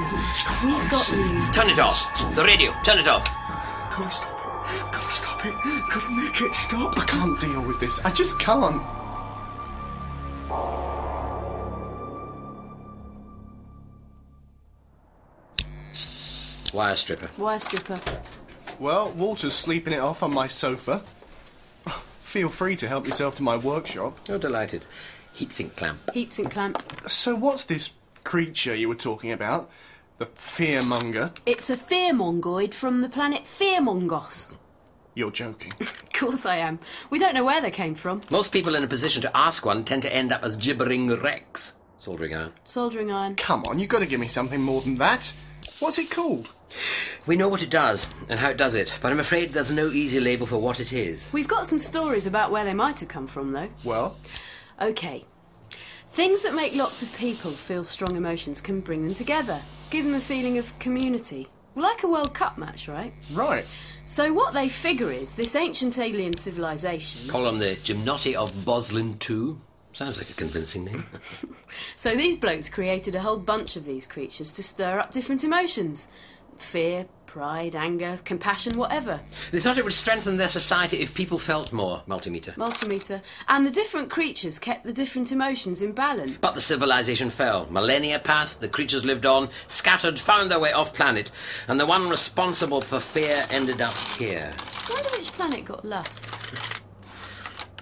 Speaker 6: We've got you.
Speaker 5: Turn it off. The radio, turn it off.
Speaker 7: Gotta stop it. Gotta stop it. Gotta make it stop. I can't deal with this. I just can't.
Speaker 5: Wire stripper.
Speaker 6: Wire stripper.
Speaker 7: Well, Walter's sleeping it off on my sofa. Feel free to help yourself to my workshop.
Speaker 5: You're delighted. Heatsink clamp.
Speaker 6: Heatsink clamp.
Speaker 7: So, what's this creature you were talking about? The fearmonger?
Speaker 6: It's a fearmongoid from the planet Fearmongos.
Speaker 7: You're joking.
Speaker 6: Of course I am. We don't know where they came from.
Speaker 5: Most people in a position to ask one tend to end up as gibbering wrecks. Soldering iron.
Speaker 6: Soldering iron.
Speaker 7: Come on, you've got to give me something more than that. What's it called?
Speaker 5: We know what it does and how it does it, but I'm afraid there's no easy label for what it is.
Speaker 6: We've got some stories about where they might have come from, though.
Speaker 7: Well?
Speaker 6: Okay. Things that make lots of people feel strong emotions can bring them together, give them a feeling of community. Like a World Cup match, right?
Speaker 7: Right.
Speaker 6: So, what they figure is this ancient alien civilization.
Speaker 5: Call them the Gymnoti of Boslin II. Sounds like a convincing name.
Speaker 6: So, these blokes created a whole bunch of these creatures to stir up different emotions fear, pride, anger, compassion, whatever.
Speaker 5: they thought it would strengthen their society if people felt more. Multimeter.
Speaker 6: Multimeter. And the different creatures kept the different emotions in balance.
Speaker 5: But the civilization fell. Millennia passed, the creatures lived on, scattered, found their way off planet, and the one responsible for fear ended up here.
Speaker 6: I wonder which planet got lust.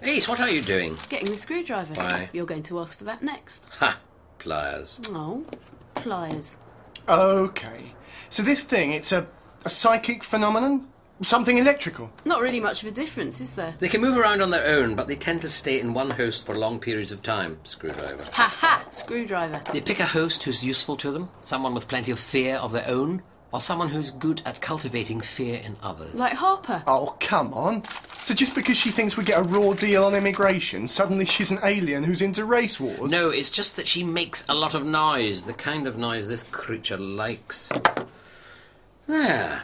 Speaker 5: Ace, what are you doing?
Speaker 6: Getting the screwdriver.
Speaker 5: Why?
Speaker 6: You're going to ask for that next.
Speaker 5: Ha! Pliers.
Speaker 6: Oh, pliers.
Speaker 7: Okay. So, this thing, it's a, a psychic phenomenon? Something electrical?
Speaker 6: Not really much of a difference, is there?
Speaker 5: They can move around on their own, but they tend to stay in one host for long periods of time. Screwdriver.
Speaker 6: Ha ha! Screwdriver.
Speaker 5: They pick a host who's useful to them, someone with plenty of fear of their own, or someone who's good at cultivating fear in others.
Speaker 6: Like Harper.
Speaker 7: Oh, come on. So, just because she thinks we get a raw deal on immigration, suddenly she's an alien who's into race wars?
Speaker 5: No, it's just that she makes a lot of noise, the kind of noise this creature likes. There.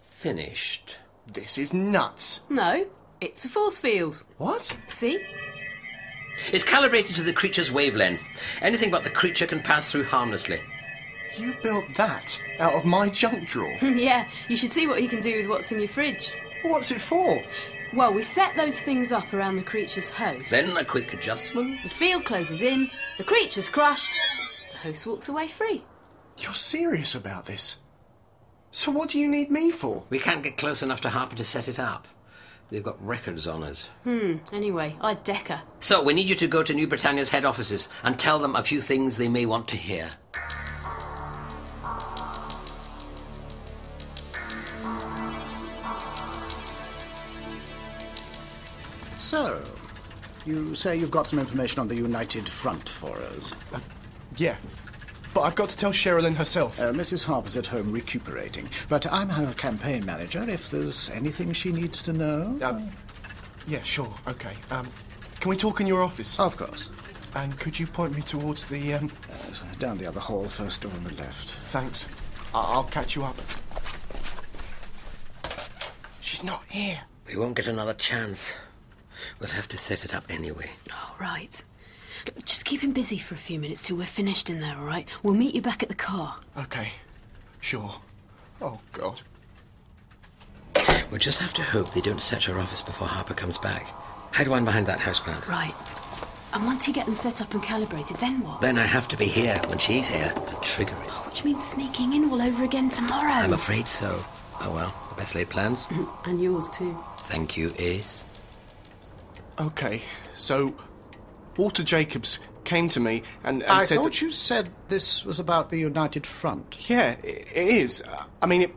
Speaker 5: Finished.
Speaker 7: This is nuts.
Speaker 6: No, it's a force field.
Speaker 7: What?
Speaker 6: See?
Speaker 5: It's calibrated to the creature's wavelength. Anything but the creature can pass through harmlessly.
Speaker 7: You built that out of my junk drawer.
Speaker 6: yeah, you should see what you can do with what's in your fridge.
Speaker 7: What's it for?
Speaker 6: Well, we set those things up around the creature's host.
Speaker 5: Then a quick adjustment.
Speaker 6: The field closes in, the creature's crushed, the host walks away free.
Speaker 7: You're serious about this? So what do you need me for?
Speaker 5: We can't get close enough to Harper to set it up. They've got records on us.
Speaker 6: Hmm, anyway, I'd decker.
Speaker 5: So we need you to go to New Britannia's head offices and tell them a few things they may want to hear.
Speaker 12: So, you say you've got some information on the United Front for us?
Speaker 7: Uh, yeah. But I've got to tell Sherilyn herself.
Speaker 12: Uh, Mrs. Harper's at home recuperating, but I'm her campaign manager if there's anything she needs to know.
Speaker 7: Um, yeah, sure, okay. Um, can we talk in your office?
Speaker 12: Of course.
Speaker 7: And could you point me towards the. Um...
Speaker 12: Uh, down the other hall, first door on the left.
Speaker 7: Thanks. I- I'll catch you up. She's not here.
Speaker 5: We won't get another chance. We'll have to set it up anyway.
Speaker 6: All Oh, right. Just keep him busy for a few minutes till we're finished in there, all right? We'll meet you back at the car.
Speaker 7: Okay. Sure. Oh, God.
Speaker 5: We'll just have to hope they don't search our office before Harper comes back. Hide one behind that houseplant.
Speaker 6: Right. And once you get them set up and calibrated, then what?
Speaker 5: Then I have to be here when she's here and trigger it.
Speaker 6: Oh, which means sneaking in all over again tomorrow.
Speaker 5: I'm afraid so. Oh well, the best laid plans.
Speaker 6: and yours too.
Speaker 5: Thank you, Ace.
Speaker 7: Okay, so Walter Jacobs came to me and, and
Speaker 12: I
Speaker 7: said.
Speaker 12: thought
Speaker 7: that-
Speaker 12: you said this was about the United Front.
Speaker 7: Yeah, i- it is. I mean, it,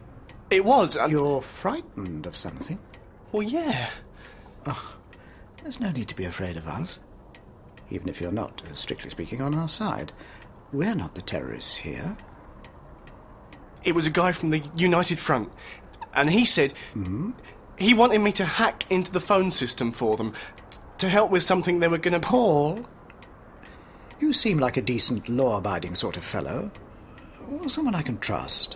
Speaker 7: it was. And...
Speaker 12: You're frightened of something. Ah,
Speaker 7: Well, yeah.
Speaker 12: There's no need to be afraid of us. Even if you're not, uh, strictly speaking, on our side. We're not the terrorists here.
Speaker 7: It was a guy from the United Front, and he said he wanted me to hack into the phone system for them t- to help with something they were going to.
Speaker 12: Paul, you seem like a decent, law abiding sort of fellow. Or Someone I can trust.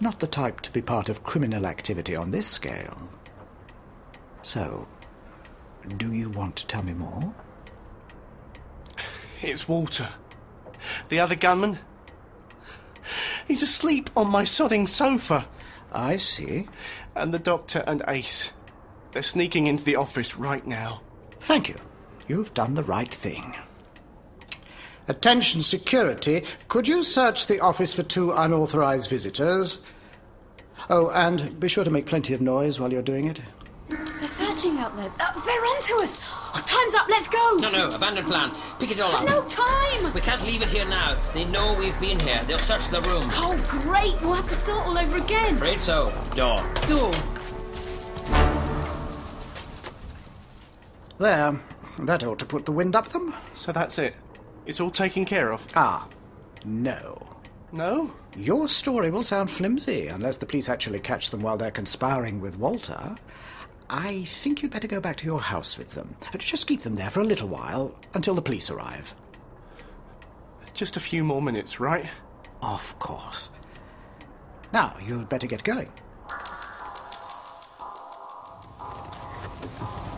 Speaker 12: Not the type to be part of criminal activity on this scale. So, do you want to tell me more?
Speaker 7: It's Walter, the other gunman. He's asleep on my sodding sofa.
Speaker 12: I see.
Speaker 7: And the doctor and Ace. They're sneaking into the office right now.
Speaker 12: Thank you. You've done the right thing. Attention, security. Could you search the office for two unauthorized visitors? Oh, and be sure to make plenty of noise while you're doing it.
Speaker 6: They're searching out there. Oh, they're onto us. Oh, time's up. Let's go.
Speaker 5: No, no, abandoned plan. Pick it all up.
Speaker 6: No time.
Speaker 5: We can't leave it here now. They know we've been here. They'll search the room.
Speaker 6: Oh, great. We'll have to start all over again.
Speaker 5: Afraid so. Door.
Speaker 6: Door.
Speaker 12: There. That ought to put the wind up them.
Speaker 7: So that's it. It's all taken care of.
Speaker 12: Ah, no.
Speaker 7: No?
Speaker 12: Your story will sound flimsy unless the police actually catch them while they're conspiring with Walter. I think you'd better go back to your house with them. Uh, Just keep them there for a little while until the police arrive.
Speaker 7: Just a few more minutes, right?
Speaker 12: Of course. Now, you'd better get going.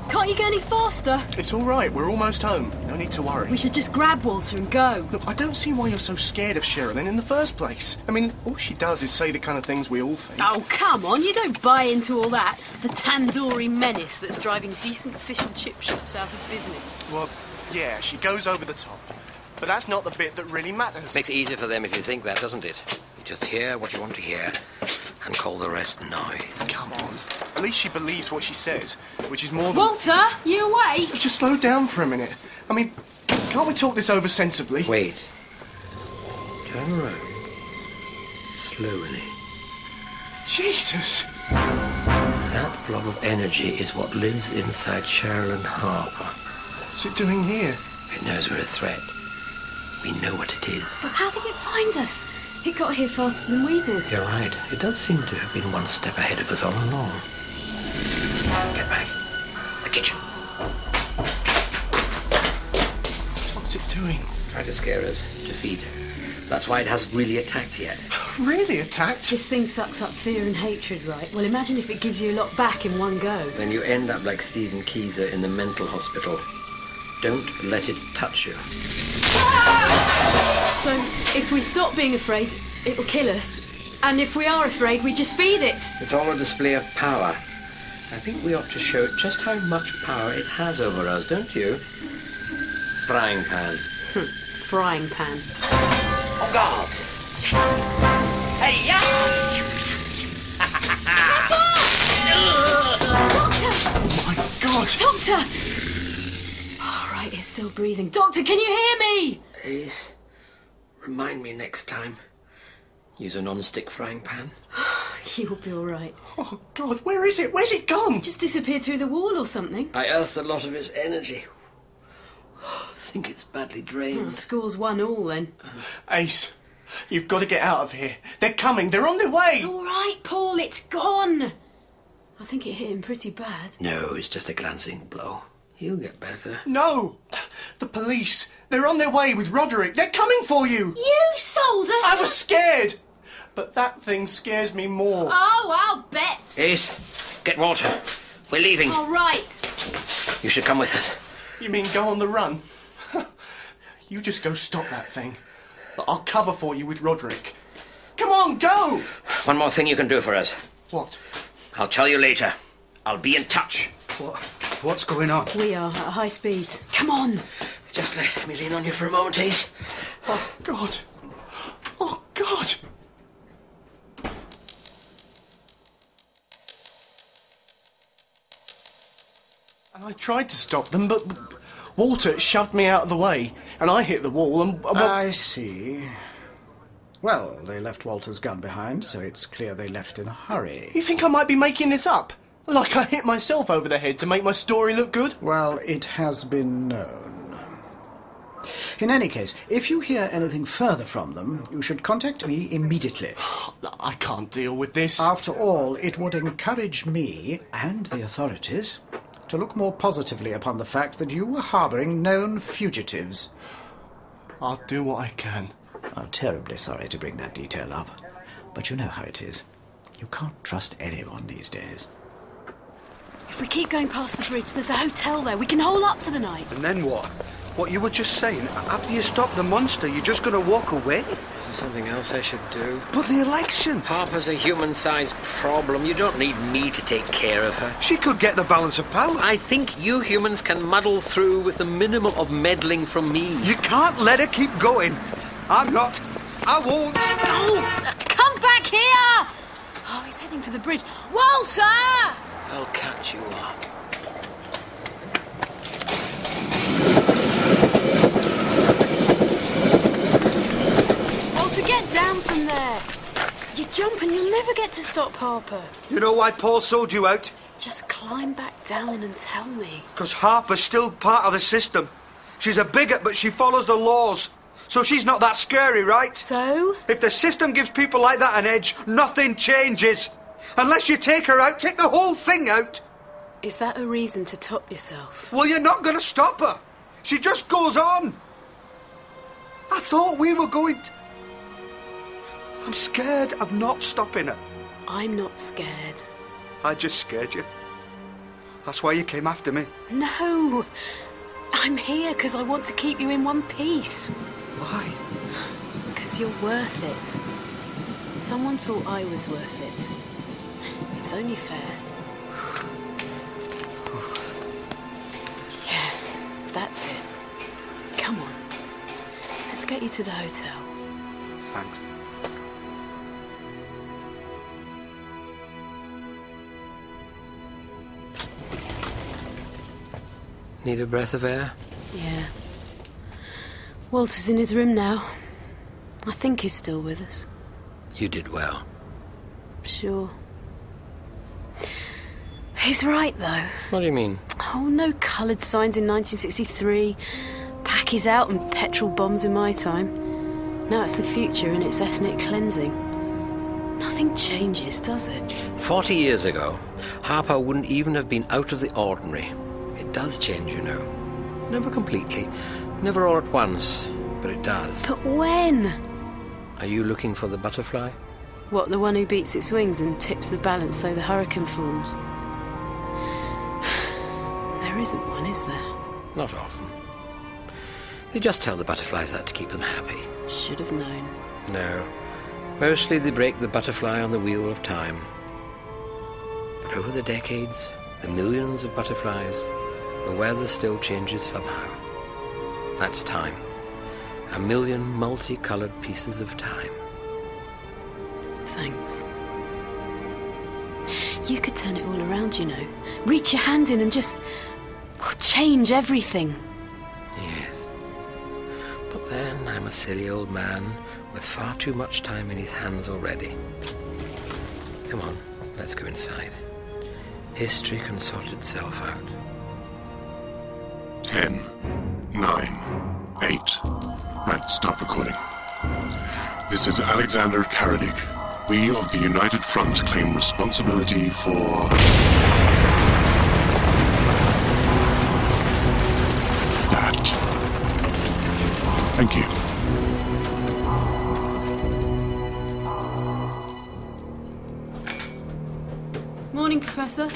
Speaker 6: Can't you go any faster?
Speaker 7: It's all right. We're almost home. No need to worry.
Speaker 6: We should just grab Walter and go.
Speaker 7: Look, I don't see why you're so scared of Sherilyn in the first place. I mean, all she does is say the kind of things we all think.
Speaker 6: Oh, come on. You don't buy into all that. The tandoori menace that's driving decent fish and chip shops out of business.
Speaker 7: Well, yeah, she goes over the top. But that's not the bit that really matters.
Speaker 5: Makes it easier for them if you think that, doesn't it? You just hear what you want to hear and call the rest noise.
Speaker 7: Come on. At least she believes what she says, which is more than.
Speaker 6: Walter, you awake?
Speaker 7: Just slow down for a minute. I mean, can't we talk this over sensibly?
Speaker 5: Wait. Turn around. Slowly.
Speaker 7: Jesus!
Speaker 5: That blob of energy is what lives inside Sherilyn Harper.
Speaker 7: What's it doing here?
Speaker 5: It knows we're a threat. We know what it is.
Speaker 6: But how did it find us? It got here faster than we did.
Speaker 5: You're right. It does seem to have been one step ahead of us all along. Get back. The kitchen.
Speaker 7: What's it doing?
Speaker 5: I trying to scare us to feed. That's why it hasn't really attacked yet.
Speaker 7: Really attacked?
Speaker 6: This thing sucks up fear and hatred, right? Well, imagine if it gives you a lot back in one go.
Speaker 5: Then you end up like Stephen Keyser in the mental hospital. Don't let it touch you.
Speaker 6: So, if we stop being afraid, it'll kill us. And if we are afraid, we just feed it.
Speaker 5: It's on a display of power. I think we ought to show it just how much power it has over us, don't you? Frying pan.
Speaker 6: Frying pan.
Speaker 5: Oh, God! Hey,
Speaker 6: Doctor!
Speaker 7: My God!
Speaker 6: Doctor! All right, it's still breathing. Doctor, can you hear me?
Speaker 5: Please, remind me next time. Use a non-stick frying pan.
Speaker 6: You will be all right.
Speaker 7: Oh, God, where is it? Where's it gone?
Speaker 6: Just disappeared through the wall or something.
Speaker 5: I earthed a lot of its energy. I think it's badly drained.
Speaker 6: Oh, scores one all then.
Speaker 7: Ace, you've got to get out of here. They're coming. They're on their way.
Speaker 6: It's all right, Paul. It's gone. I think it hit him pretty bad.
Speaker 5: No, it's just a glancing blow. He'll get better.
Speaker 7: No! The police! They're on their way with Roderick. They're coming for you!
Speaker 6: You sold us.
Speaker 7: I was scared! But that thing scares me more.
Speaker 6: Oh, I'll bet.
Speaker 5: Ace, get Walter. We're leaving.
Speaker 6: All right.
Speaker 5: You should come with us.
Speaker 7: You mean go on the run? you just go stop that thing. But I'll cover for you with Roderick. Come on, go!
Speaker 5: One more thing you can do for us.
Speaker 7: What?
Speaker 5: I'll tell you later. I'll be in touch.
Speaker 3: What? What's going on?
Speaker 6: We are at high speed. Come on.
Speaker 5: Just let me lean on you for a moment, Ace.
Speaker 7: Oh, God. Oh, God. And I tried to stop them, but Walter shoved me out of the way, and I hit the wall and. uh, well-
Speaker 12: I see. Eh? Well, they left Walter's gun behind, so it's clear they left in a hurry.
Speaker 7: You think I might be making this up? Like I hit myself over the head to make my story look good?
Speaker 12: Well, it has been known. In any case, if you hear anything further from them, you should contact me immediately.
Speaker 7: I can't deal with this.
Speaker 12: After all, it would encourage me and the authorities to look more positively upon the fact that you were harboring known fugitives.
Speaker 7: I'll do what I can.
Speaker 12: I'm terribly sorry to bring that detail up, but you know how it is. You can't trust anyone these days.
Speaker 6: If we keep going past the bridge, there's a hotel there. We can hole up for the night.
Speaker 18: And then what? What you were just saying, after you stop the monster, you're just going to walk away?
Speaker 5: Is there something else I should do?
Speaker 18: But the election!
Speaker 5: Harper's a human sized problem. You don't need me to take care of her.
Speaker 18: She could get the balance of power.
Speaker 5: I think you humans can muddle through with the minimum of meddling from me.
Speaker 18: You can't let her keep going. I'm not. I won't.
Speaker 6: Oh, come back here! Oh, he's heading for the bridge. Walter!
Speaker 5: I'll catch you up.
Speaker 6: Walter, get down from there. You jump and you'll never get to stop Harper.
Speaker 18: You know why Paul sold you out?
Speaker 6: Just climb back down and tell me.
Speaker 18: Because Harper's still part of the system. She's a bigot, but she follows the laws. So she's not that scary, right?
Speaker 6: So?
Speaker 18: If the system gives people like that an edge, nothing changes. Unless you take her out, take the whole thing out.
Speaker 6: Is that a reason to top yourself?
Speaker 18: Well, you're not going to stop her. She just goes on. I thought we were going to. I'm scared of not stopping her.
Speaker 6: I'm not scared.
Speaker 18: I just scared you. That's why you came after me.
Speaker 6: No! I'm here because I want to keep you in one piece.
Speaker 18: Why?
Speaker 6: Because you're worth it. Someone thought I was worth it. It's only fair. Yeah, that's it. Come on. Let's get you to the hotel.
Speaker 18: Thanks.
Speaker 5: Need a breath of air?
Speaker 6: Yeah. Walter's in his room now. I think he's still with us.
Speaker 5: You did well.
Speaker 6: Sure. He's right, though.
Speaker 5: What do you mean?
Speaker 6: Oh, no coloured signs in 1963. Packies out and petrol bombs in my time. Now it's the future and it's ethnic cleansing. Nothing changes, does it?
Speaker 5: Forty years ago, Harper wouldn't even have been out of the ordinary. It does change, you know. Never completely, never all at once, but it does.
Speaker 6: But when?
Speaker 5: Are you looking for the butterfly?
Speaker 6: What, the one who beats its wings and tips the balance so the hurricane forms? there isn't one, is there?
Speaker 5: Not often. They just tell the butterflies that to keep them happy.
Speaker 6: Should have known.
Speaker 5: No. Mostly they break the butterfly on the wheel of time. But over the decades, the millions of butterflies, the weather still changes somehow. That's time. A million multicolored pieces of time.
Speaker 6: Thanks. You could turn it all around, you know. Reach your hand in and just well, change everything.
Speaker 5: Yes. But then I'm a silly old man with far too much time in his hands already. Come on, let's go inside. History can sort itself out.
Speaker 17: Ten, nine, eight. Right, stop recording. This is Alexander Karadik. We of the United Front claim responsibility for. That. Thank you.
Speaker 6: Morning, Professor.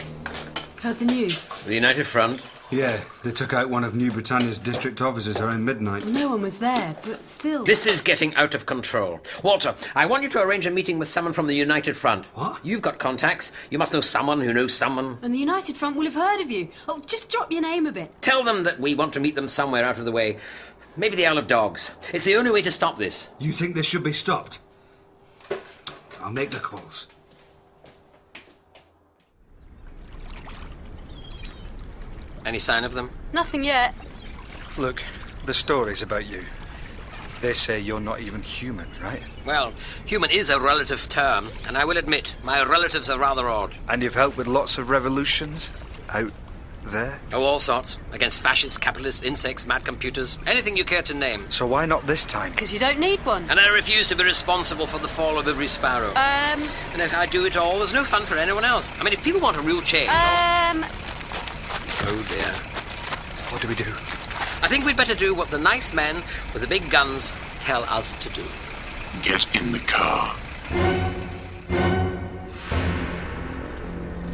Speaker 6: Heard the news.
Speaker 5: The United Front.
Speaker 19: Yeah, they took out one of New Britannia's district offices around midnight.
Speaker 6: No one was there, but still.
Speaker 5: This is getting out of control. Walter, I want you to arrange a meeting with someone from the United Front.
Speaker 19: What?
Speaker 5: You've got contacts. You must know someone who knows someone.
Speaker 6: And the United Front will have heard of you. Oh, just drop your name a bit.
Speaker 5: Tell them that we want to meet them somewhere out of the way. Maybe the Isle of Dogs. It's the only way to stop this.
Speaker 19: You think this should be stopped? I'll make the calls.
Speaker 5: Any sign of them?
Speaker 6: Nothing yet.
Speaker 3: Look, the stories about you. They say you're not even human, right?
Speaker 5: Well, human is a relative term, and I will admit, my relatives are rather odd.
Speaker 3: And you've helped with lots of revolutions out there?
Speaker 5: Oh, all sorts. Against fascists, capitalists, insects, mad computers, anything you care to name.
Speaker 3: So why not this time?
Speaker 6: Because you don't need one.
Speaker 5: And I refuse to be responsible for the fall of every sparrow.
Speaker 6: Um.
Speaker 5: And if I do it all, there's no fun for anyone else. I mean, if people want a real change.
Speaker 6: Um.
Speaker 5: Oh dear.
Speaker 3: What do we do?
Speaker 5: I think we'd better do what the nice men with the big guns tell us to do.
Speaker 17: Get in the car.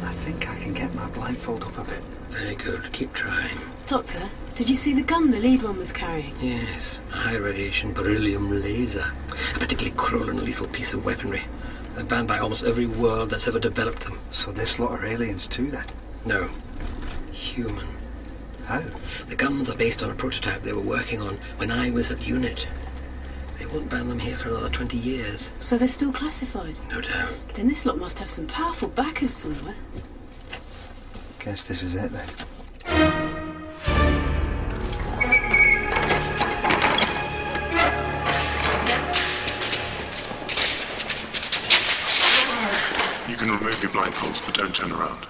Speaker 3: I think I can get my blindfold up a bit.
Speaker 5: Very good. Keep trying.
Speaker 6: Doctor, did you see the gun the lead one was carrying?
Speaker 5: Yes, a high radiation beryllium laser. A particularly cruel and lethal piece of weaponry. They're banned by almost every world that's ever developed them.
Speaker 3: So this lot are aliens too, then?
Speaker 5: No, human.
Speaker 3: Oh.
Speaker 5: The guns are based on a prototype they were working on when I was at UNIT. They won't ban them here for another 20 years.
Speaker 6: So they're still classified?
Speaker 5: No doubt.
Speaker 6: Then this lot must have some powerful backers somewhere.
Speaker 3: Guess this is it then.
Speaker 17: You can remove your blindfolds, but don't turn around.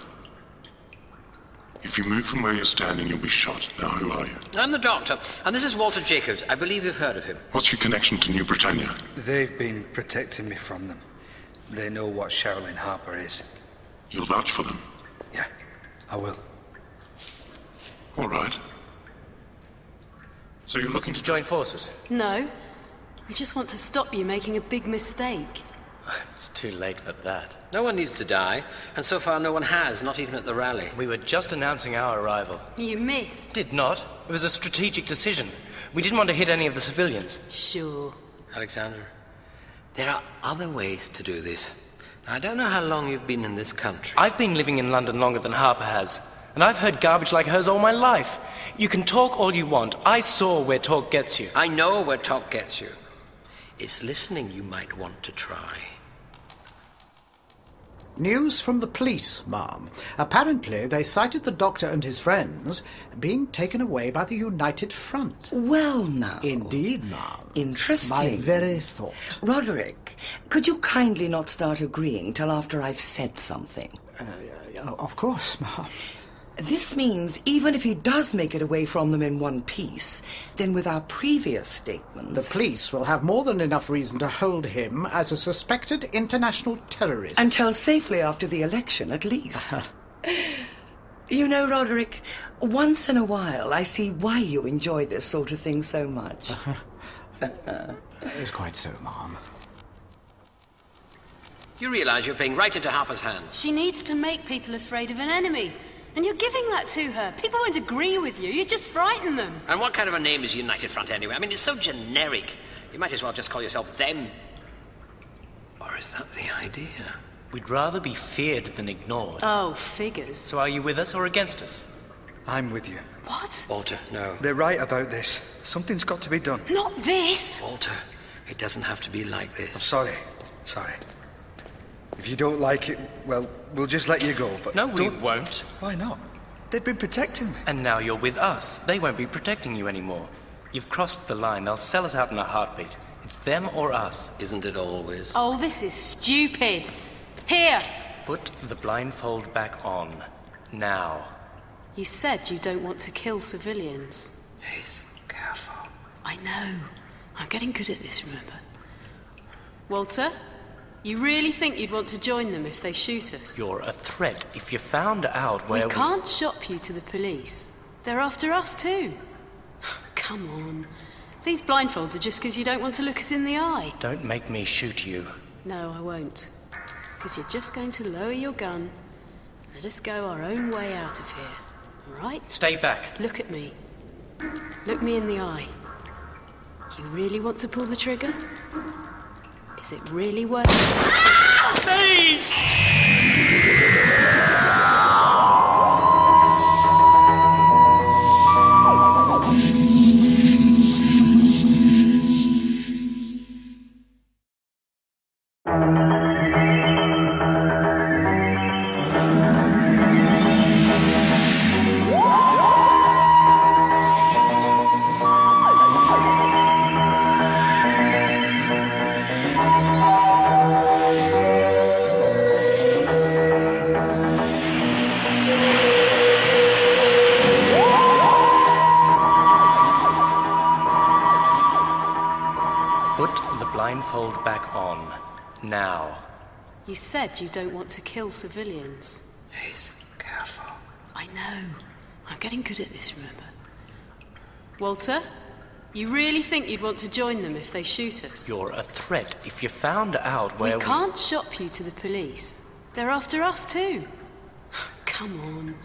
Speaker 17: If you move from where you're standing, you'll be shot. Now, who are you?
Speaker 5: I'm the doctor, and this is Walter Jacobs. I believe you've heard of him.
Speaker 17: What's your connection to New Britannia?
Speaker 19: They've been protecting me from them. They know what Sherilyn Harper is.
Speaker 17: You'll vouch for them?
Speaker 19: Yeah, I will.
Speaker 17: All right. So you're looking to
Speaker 20: join forces?
Speaker 6: No. We just want to stop you making a big mistake.
Speaker 20: It's too late for that.
Speaker 5: No one needs to die, and so far no one has, not even at the rally.
Speaker 20: We were just announcing our arrival.
Speaker 6: You missed.
Speaker 20: Did not. It was a strategic decision. We didn't want to hit any of the civilians.
Speaker 6: Sure.
Speaker 5: Alexander, there are other ways to do this. Now, I don't know how long you've been in this country.
Speaker 20: I've been living in London longer than Harper has, and I've heard garbage like hers all my life. You can talk all you want. I saw where talk gets you.
Speaker 5: I know where talk gets you. It's listening you might want to try.
Speaker 12: News from the police, ma'am. Apparently, they cited the doctor and his friends being taken away by the United Front.
Speaker 11: Well, now.
Speaker 12: Indeed, ma'am.
Speaker 11: Interesting.
Speaker 12: My very thought.
Speaker 11: Roderick, could you kindly not start agreeing till after I've said something?
Speaker 12: Uh, of course, ma'am.
Speaker 11: This means even if he does make it away from them in one piece, then with our previous statements.
Speaker 12: The police will have more than enough reason to hold him as a suspected international terrorist.
Speaker 11: Until safely after the election, at least.
Speaker 12: Uh-huh.
Speaker 11: you know, Roderick, once in a while I see why you enjoy this sort of thing so much.
Speaker 12: Uh-huh. It's quite so, ma'am.
Speaker 5: You realise you're playing right into Harper's hands.
Speaker 6: She needs to make people afraid of an enemy. And you're giving that to her. People won't agree with you. You just frighten them.
Speaker 5: And what kind of a name is United Front anyway? I mean, it's so generic. You might as well just call yourself them. Or is that the idea?
Speaker 8: We'd rather be feared than ignored.
Speaker 6: Oh, figures.
Speaker 8: So are you with us or against us?
Speaker 3: I'm with you.
Speaker 6: What?
Speaker 5: Walter, no.
Speaker 3: They're right about this. Something's got to be done.
Speaker 6: Not this!
Speaker 5: Walter, it doesn't have to be like this.
Speaker 3: I'm sorry. Sorry. If you don't like it, well, we'll just let you go. But
Speaker 8: no, we
Speaker 3: don't-
Speaker 8: won't.
Speaker 3: Why not? They've been protecting me.
Speaker 8: And now you're with us. They won't be protecting you anymore. You've crossed the line. They'll sell us out in a heartbeat. It's them or us.
Speaker 5: Isn't it always?
Speaker 6: Oh, this is stupid. Here.
Speaker 8: Put the blindfold back on. Now.
Speaker 6: You said you don't want to kill civilians.
Speaker 5: Yes, careful.
Speaker 6: I know. I'm getting good at this, remember? Walter, you really think you'd want to join them if they shoot us?
Speaker 8: You're a threat. If you found out where
Speaker 6: we can't shop you to the police. They're after us too. Come on. These blindfolds are just because you don't want to look us in the eye.
Speaker 8: Don't make me shoot you.
Speaker 6: No, I won't. Because you're just going to lower your gun. Let us go our own way out of here. All right?
Speaker 8: Stay back.
Speaker 6: Look at me. Look me in the eye. You really want to pull the trigger? Is it really worth it?
Speaker 8: Put the blindfold back on. Now.
Speaker 6: You said you don't want to kill civilians.
Speaker 5: Yes, careful.
Speaker 6: I know. I'm getting good at this, remember? Walter, you really think you'd want to join them if they shoot us?
Speaker 8: You're a threat. If you found out where
Speaker 6: we can't shop you to the police. They're after us too. Come on.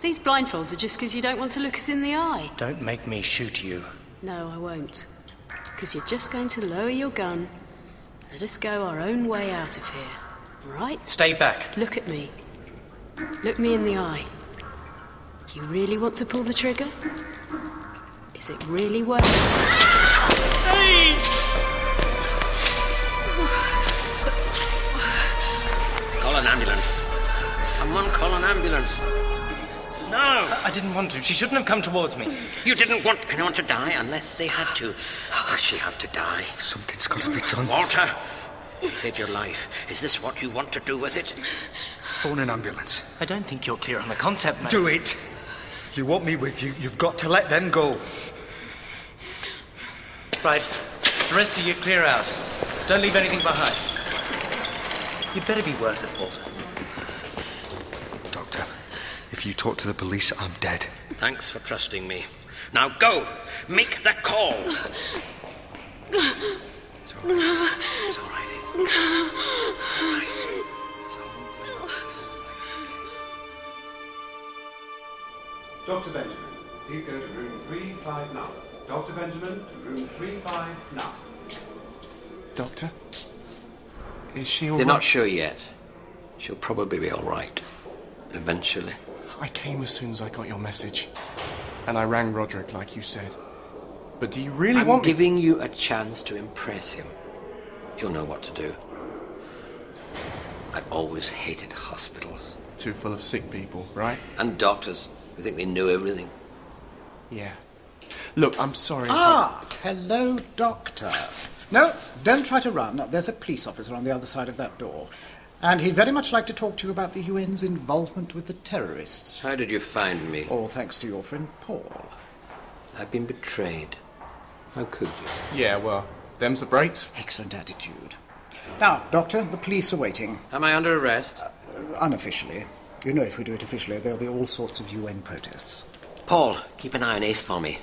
Speaker 6: These blindfolds are just because you don't want to look us in the eye.
Speaker 8: Don't make me shoot you.
Speaker 6: No, I won't. Because you're just going to lower your gun. Let us go our own way out of here. All right?
Speaker 8: Stay back.
Speaker 6: Look at me. Look me in the eye. You really want to pull the trigger? Is it really worth it?
Speaker 5: Call an ambulance. Someone call an ambulance. No!
Speaker 8: I didn't want to. She shouldn't have come towards me.
Speaker 5: You didn't want anyone to die unless they had to. Does she have to die?
Speaker 3: Something's got to be done.
Speaker 5: Walter! You saved your life. Is this what you want to do with it?
Speaker 3: Phone an ambulance.
Speaker 8: I don't think you're clear on the concept, mate.
Speaker 3: Do it. You want me with you. You've got to let them go.
Speaker 8: Right. The rest of you clear out. Don't leave anything behind. You'd better be worth it, Walter.
Speaker 21: Doctor, if you talk to the police, I'm dead.
Speaker 5: Thanks for trusting me. Now go! Make the call! It's all right. It's all right. It's all right. It's all right.
Speaker 17: Dr. Benjamin, please go to room 359. Dr. Benjamin, to room 359.
Speaker 7: Doctor? Is she all
Speaker 5: They're not
Speaker 7: right?
Speaker 5: sure yet. She'll probably be all right. Eventually.
Speaker 7: I came as soon as I got your message. And I rang Roderick like you said. But do you really
Speaker 5: I'm
Speaker 7: want me?
Speaker 5: giving you a chance to impress him. You'll know what to do. I've always hated hospitals
Speaker 7: Too full of sick people, right?
Speaker 5: and doctors who think they know everything.
Speaker 7: Yeah. Look, I'm sorry. if I-
Speaker 12: Ah, hello, Doctor. No, don't try to run. There's a police officer on the other side of that door. And he'd very much like to talk to you about the UN's involvement with the terrorists.
Speaker 5: How did you find me?
Speaker 7: Oh,
Speaker 12: All thanks to your friend Paul.
Speaker 5: I've been betrayed. How could you?
Speaker 7: Yeah, well, them's the breaks.
Speaker 12: Excellent attitude. Now, Doctor, the police are waiting, Uh,
Speaker 5: Am I under arrest?
Speaker 12: unofficially. You know, if we do it officially, there'll be all sorts of UN protests.
Speaker 5: Paul, keep an eye on Ace for me.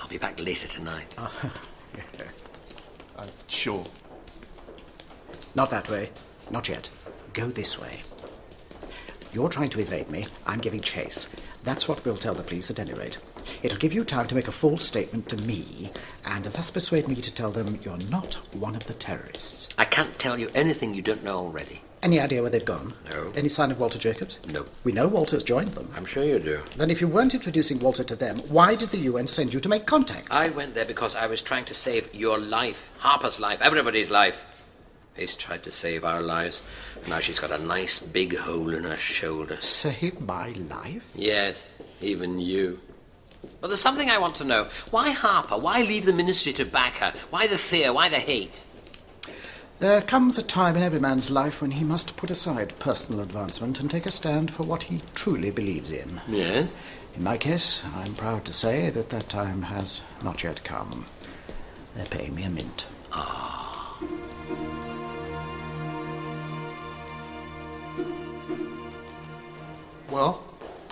Speaker 5: I'll be back later tonight.
Speaker 12: Ah, yes.
Speaker 7: I'm sure.
Speaker 12: Not that way. Not yet. Go this way. You're trying to evade me. I'm giving chase. That's what we'll tell the police at any rate. It'll give you time to make a full statement to me, and thus persuade me to tell them you're not one of the terrorists.
Speaker 5: I can't tell you anything you don't know already.
Speaker 12: Any idea where they've gone?
Speaker 5: No.
Speaker 12: Any sign of Walter Jacobs?
Speaker 5: No.
Speaker 12: We know Walter's joined them.
Speaker 5: I'm sure you do.
Speaker 12: Then, if you weren't introducing Walter to them, why did the UN send you to make contact?
Speaker 5: I went there because I was trying to save your life, Harper's life, everybody's life. Ace tried to save our lives, and now she's got a nice big hole in her shoulder.
Speaker 12: Save my life?
Speaker 5: Yes, even you. But there's something I want to know. Why Harper? Why leave the ministry to back her? Why the fear? Why the hate?
Speaker 12: There comes a time in every man's life when he must put aside personal advancement and take a stand for what he truly believes in.
Speaker 5: Yes?
Speaker 12: In my case, I'm proud to say that that time has not yet come. They're paying me a mint.
Speaker 5: Ah.
Speaker 7: Well?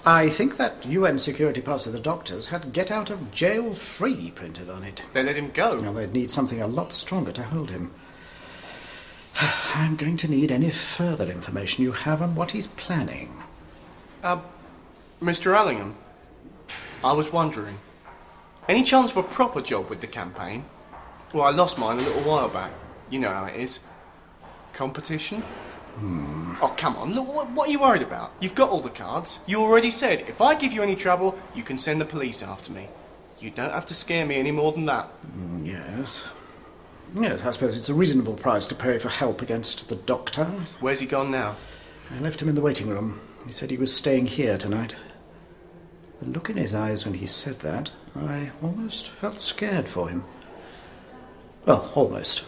Speaker 12: I think that UN security pass of the doctors had get out of jail free printed on it.
Speaker 7: They let him go?
Speaker 12: Now, they'd need something a lot stronger to hold him. I'm going to need any further information you have on what he's planning.
Speaker 7: Uh, Mr. Allingham, I was wondering, any chance of a proper job with the campaign? Well, I lost mine a little while back. You know how it is. Competition?
Speaker 12: Hmm.
Speaker 7: Oh, come on, look, what, what are you worried about? You've got all the cards. You already said, if I give you any trouble, you can send the police after me. You don't have to scare me any more than that.
Speaker 12: Mm, yes. Yes, I suppose it's a reasonable price to pay for help against the doctor.
Speaker 7: Where's he gone now?
Speaker 12: I left him in the waiting room. He said he was staying here tonight. The look in his eyes when he said that, I almost felt scared for him. Well, almost.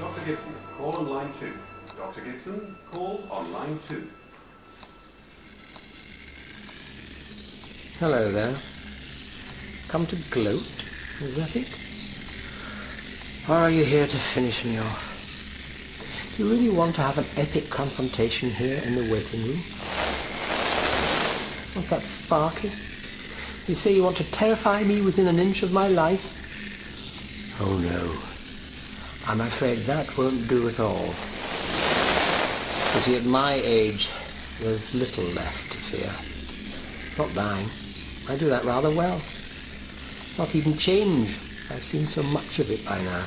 Speaker 22: Dr. Gibson, call on line two. Dr. Gibson, call on line two.
Speaker 5: Hello there. Come to gloat? Is that it? Or are you here to finish me off? Do you really want to have an epic confrontation here in the waiting room? What's that sparky? You say you want to terrify me within an inch of my life? Oh no. I'm afraid that won't do at all. You see, at my age, there's little left to fear. Not dying. I do that rather well. Not even change. I've seen so much of it by now.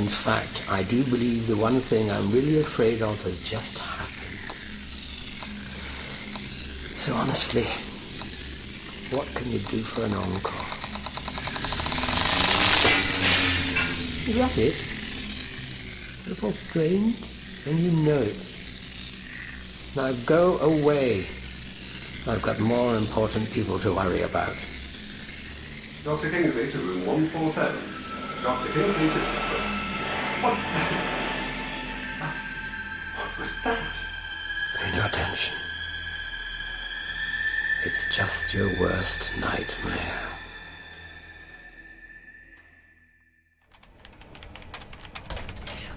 Speaker 5: In fact, I do believe the one thing I'm really afraid of has just happened. So honestly, what can you do for an encore? Is that it? A little strange, and you know it. Now go away. I've got more important people to worry about.
Speaker 22: Dr. Kingsley to room 147. Dr. Kingsley to... What? What was that?
Speaker 5: Pay no attention. It's just your worst nightmare.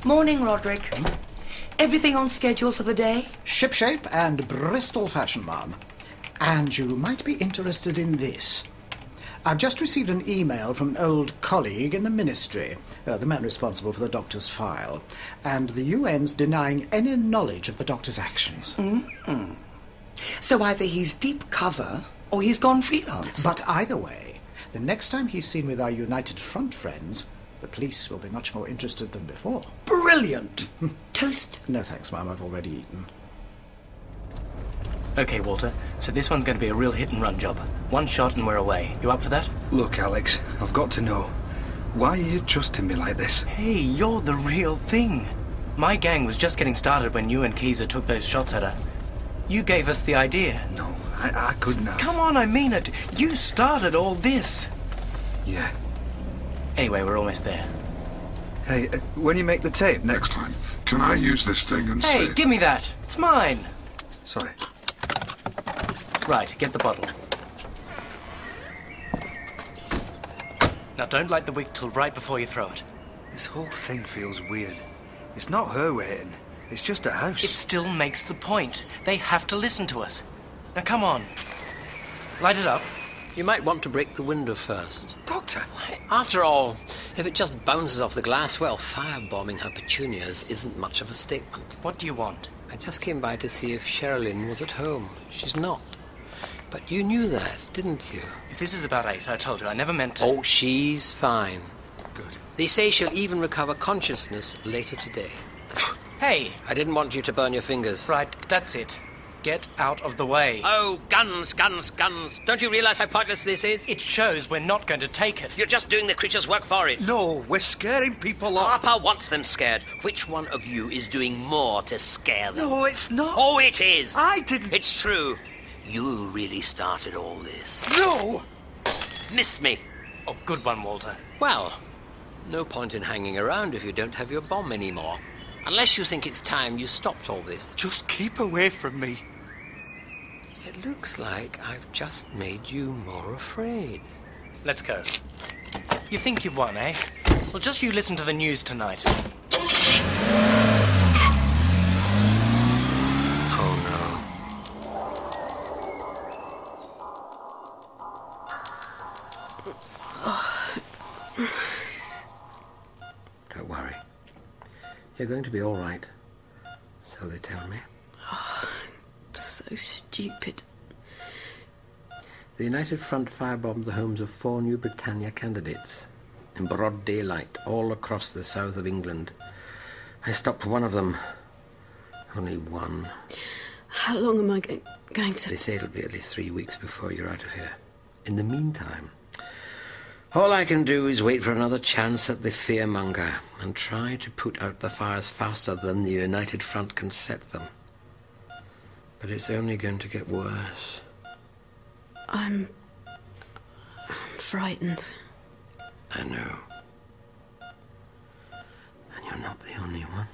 Speaker 1: Morning, Roderick. Everything on schedule for the day?
Speaker 12: Shipshape and Bristol fashion, ma'am. And you might be interested in this. I've just received an email from an old colleague in the ministry, uh, the man responsible for the doctor's file, and the UN's denying any knowledge of the doctor's actions.
Speaker 1: Mm-mm. Mm-hmm. So either he's deep cover or he's gone freelance.
Speaker 12: But either way, the next time he's seen with our United Front friends, the police will be much more interested than before.
Speaker 1: Brilliant! Toast?
Speaker 12: No thanks, ma'am, I've already eaten.
Speaker 8: Okay, Walter, so this one's going to be a real hit and run job. One shot and we're away. You up for that?
Speaker 19: Look, Alex, I've got to know. Why are you trusting me like this?
Speaker 8: Hey, you're the real thing. My gang was just getting started when you and Keezer took those shots at her. You gave us the idea.
Speaker 19: No, I, I couldn't have.
Speaker 8: Come on, I mean it. You started all this.
Speaker 19: Yeah.
Speaker 8: Anyway, we're almost there.
Speaker 19: Hey, uh, when you make the tape next time, can I use this thing and
Speaker 8: Hey, give me that. It's mine.
Speaker 19: Sorry.
Speaker 8: Right, get the bottle. Now, don't light the wick till right before you throw it.
Speaker 19: This whole thing feels weird. It's not her waiting. It's just a house.
Speaker 8: It still makes the point. They have to listen to us. Now, come on.
Speaker 20: Light it up.
Speaker 5: You might want to break the window first.
Speaker 18: Doctor!
Speaker 5: After all, if it just bounces off the glass, well, firebombing her petunias isn't much of a statement.
Speaker 20: What do you want?
Speaker 5: I just came by to see if Sherilyn was at home. She's not. But you knew that, didn't you?
Speaker 20: If this is about Ace, I told you, I never meant to.
Speaker 5: Oh, she's fine. Good. They say she'll even recover consciousness later today.
Speaker 20: Hey!
Speaker 5: I didn't want you to burn your fingers.
Speaker 20: Right, that's it. Get out of the way.
Speaker 5: Oh, guns, guns, guns. Don't you realize how pointless this is?
Speaker 20: It shows we're not going to take it.
Speaker 5: You're just doing the creature's work for it.
Speaker 18: No, we're scaring people off.
Speaker 5: Harper wants them scared. Which one of you is doing more to scare them?
Speaker 18: No, it's not.
Speaker 5: Oh, it is.
Speaker 18: I didn't.
Speaker 5: It's true. You really started all this.
Speaker 18: No!
Speaker 5: Missed me.
Speaker 20: Oh, good one, Walter.
Speaker 5: Well, no point in hanging around if you don't have your bomb anymore. Unless you think it's time you stopped all this.
Speaker 18: Just keep away from me.
Speaker 5: It looks like I've just made you more afraid.
Speaker 20: Let's go. You think you've won, eh? Well, just you listen to the news tonight.
Speaker 5: Oh no. Don't worry. You're going to be all right. So they tell me.
Speaker 6: so stupid.
Speaker 5: The United Front firebombed the homes of four New Britannia candidates in broad daylight all across the south of England. I stopped one of them. Only one.
Speaker 6: How long am I go- going to.
Speaker 5: They say it'll be at least three weeks before you're out of here. In the meantime, all I can do is wait for another chance at the fearmonger and try to put out the fires faster than the United Front can set them. But it's only going to get worse.
Speaker 6: I'm. I'm frightened.
Speaker 5: I know. And you're not the only one.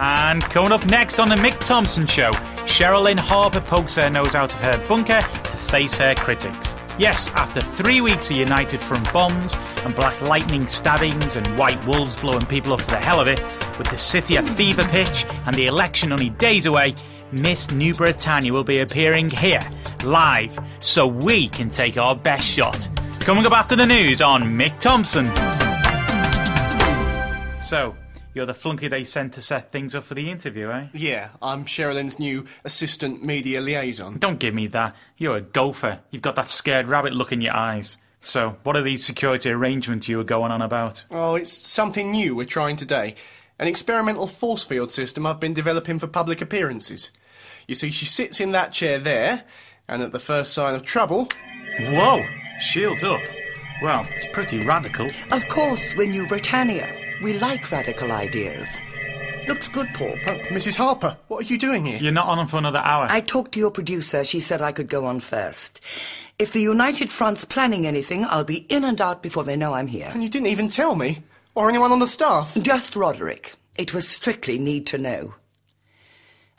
Speaker 4: And coming up next on the Mick Thompson Show, Sherilyn Harper pokes her nose out of her bunker to face her critics. Yes, after three weeks of United Front bombs and black lightning stabbings and white wolves blowing people up for the hell of it, with the city at fever pitch and the election only days away, Miss New Britannia will be appearing here, live, so we can take our best shot. Coming up after the news on Mick Thompson. So, you're the flunky they sent to set things up for the interview, eh?
Speaker 7: Yeah, I'm Sherilyn's new assistant media liaison.
Speaker 4: Don't give me that. You're a golfer. You've got that scared rabbit look in your eyes. So, what are these security arrangements you were going on about?
Speaker 7: Oh, it's something new we're trying today. An experimental force field system I've been developing for public appearances. You see, she sits in that chair there, and at the first sign of trouble.
Speaker 4: Whoa! Shields up. Well, it's pretty radical.
Speaker 11: Of course, we're New Britannia. We like radical ideas. Looks good, Paul.
Speaker 7: Oh, Mrs. Harper, what are you doing here?
Speaker 4: You're not on for another hour.
Speaker 11: I talked to your producer. She said I could go on first. If the United Front's planning anything, I'll be in and out before they know I'm here.
Speaker 7: And you didn't even tell me? Or anyone on the staff?
Speaker 11: Just Roderick. It was strictly need to know.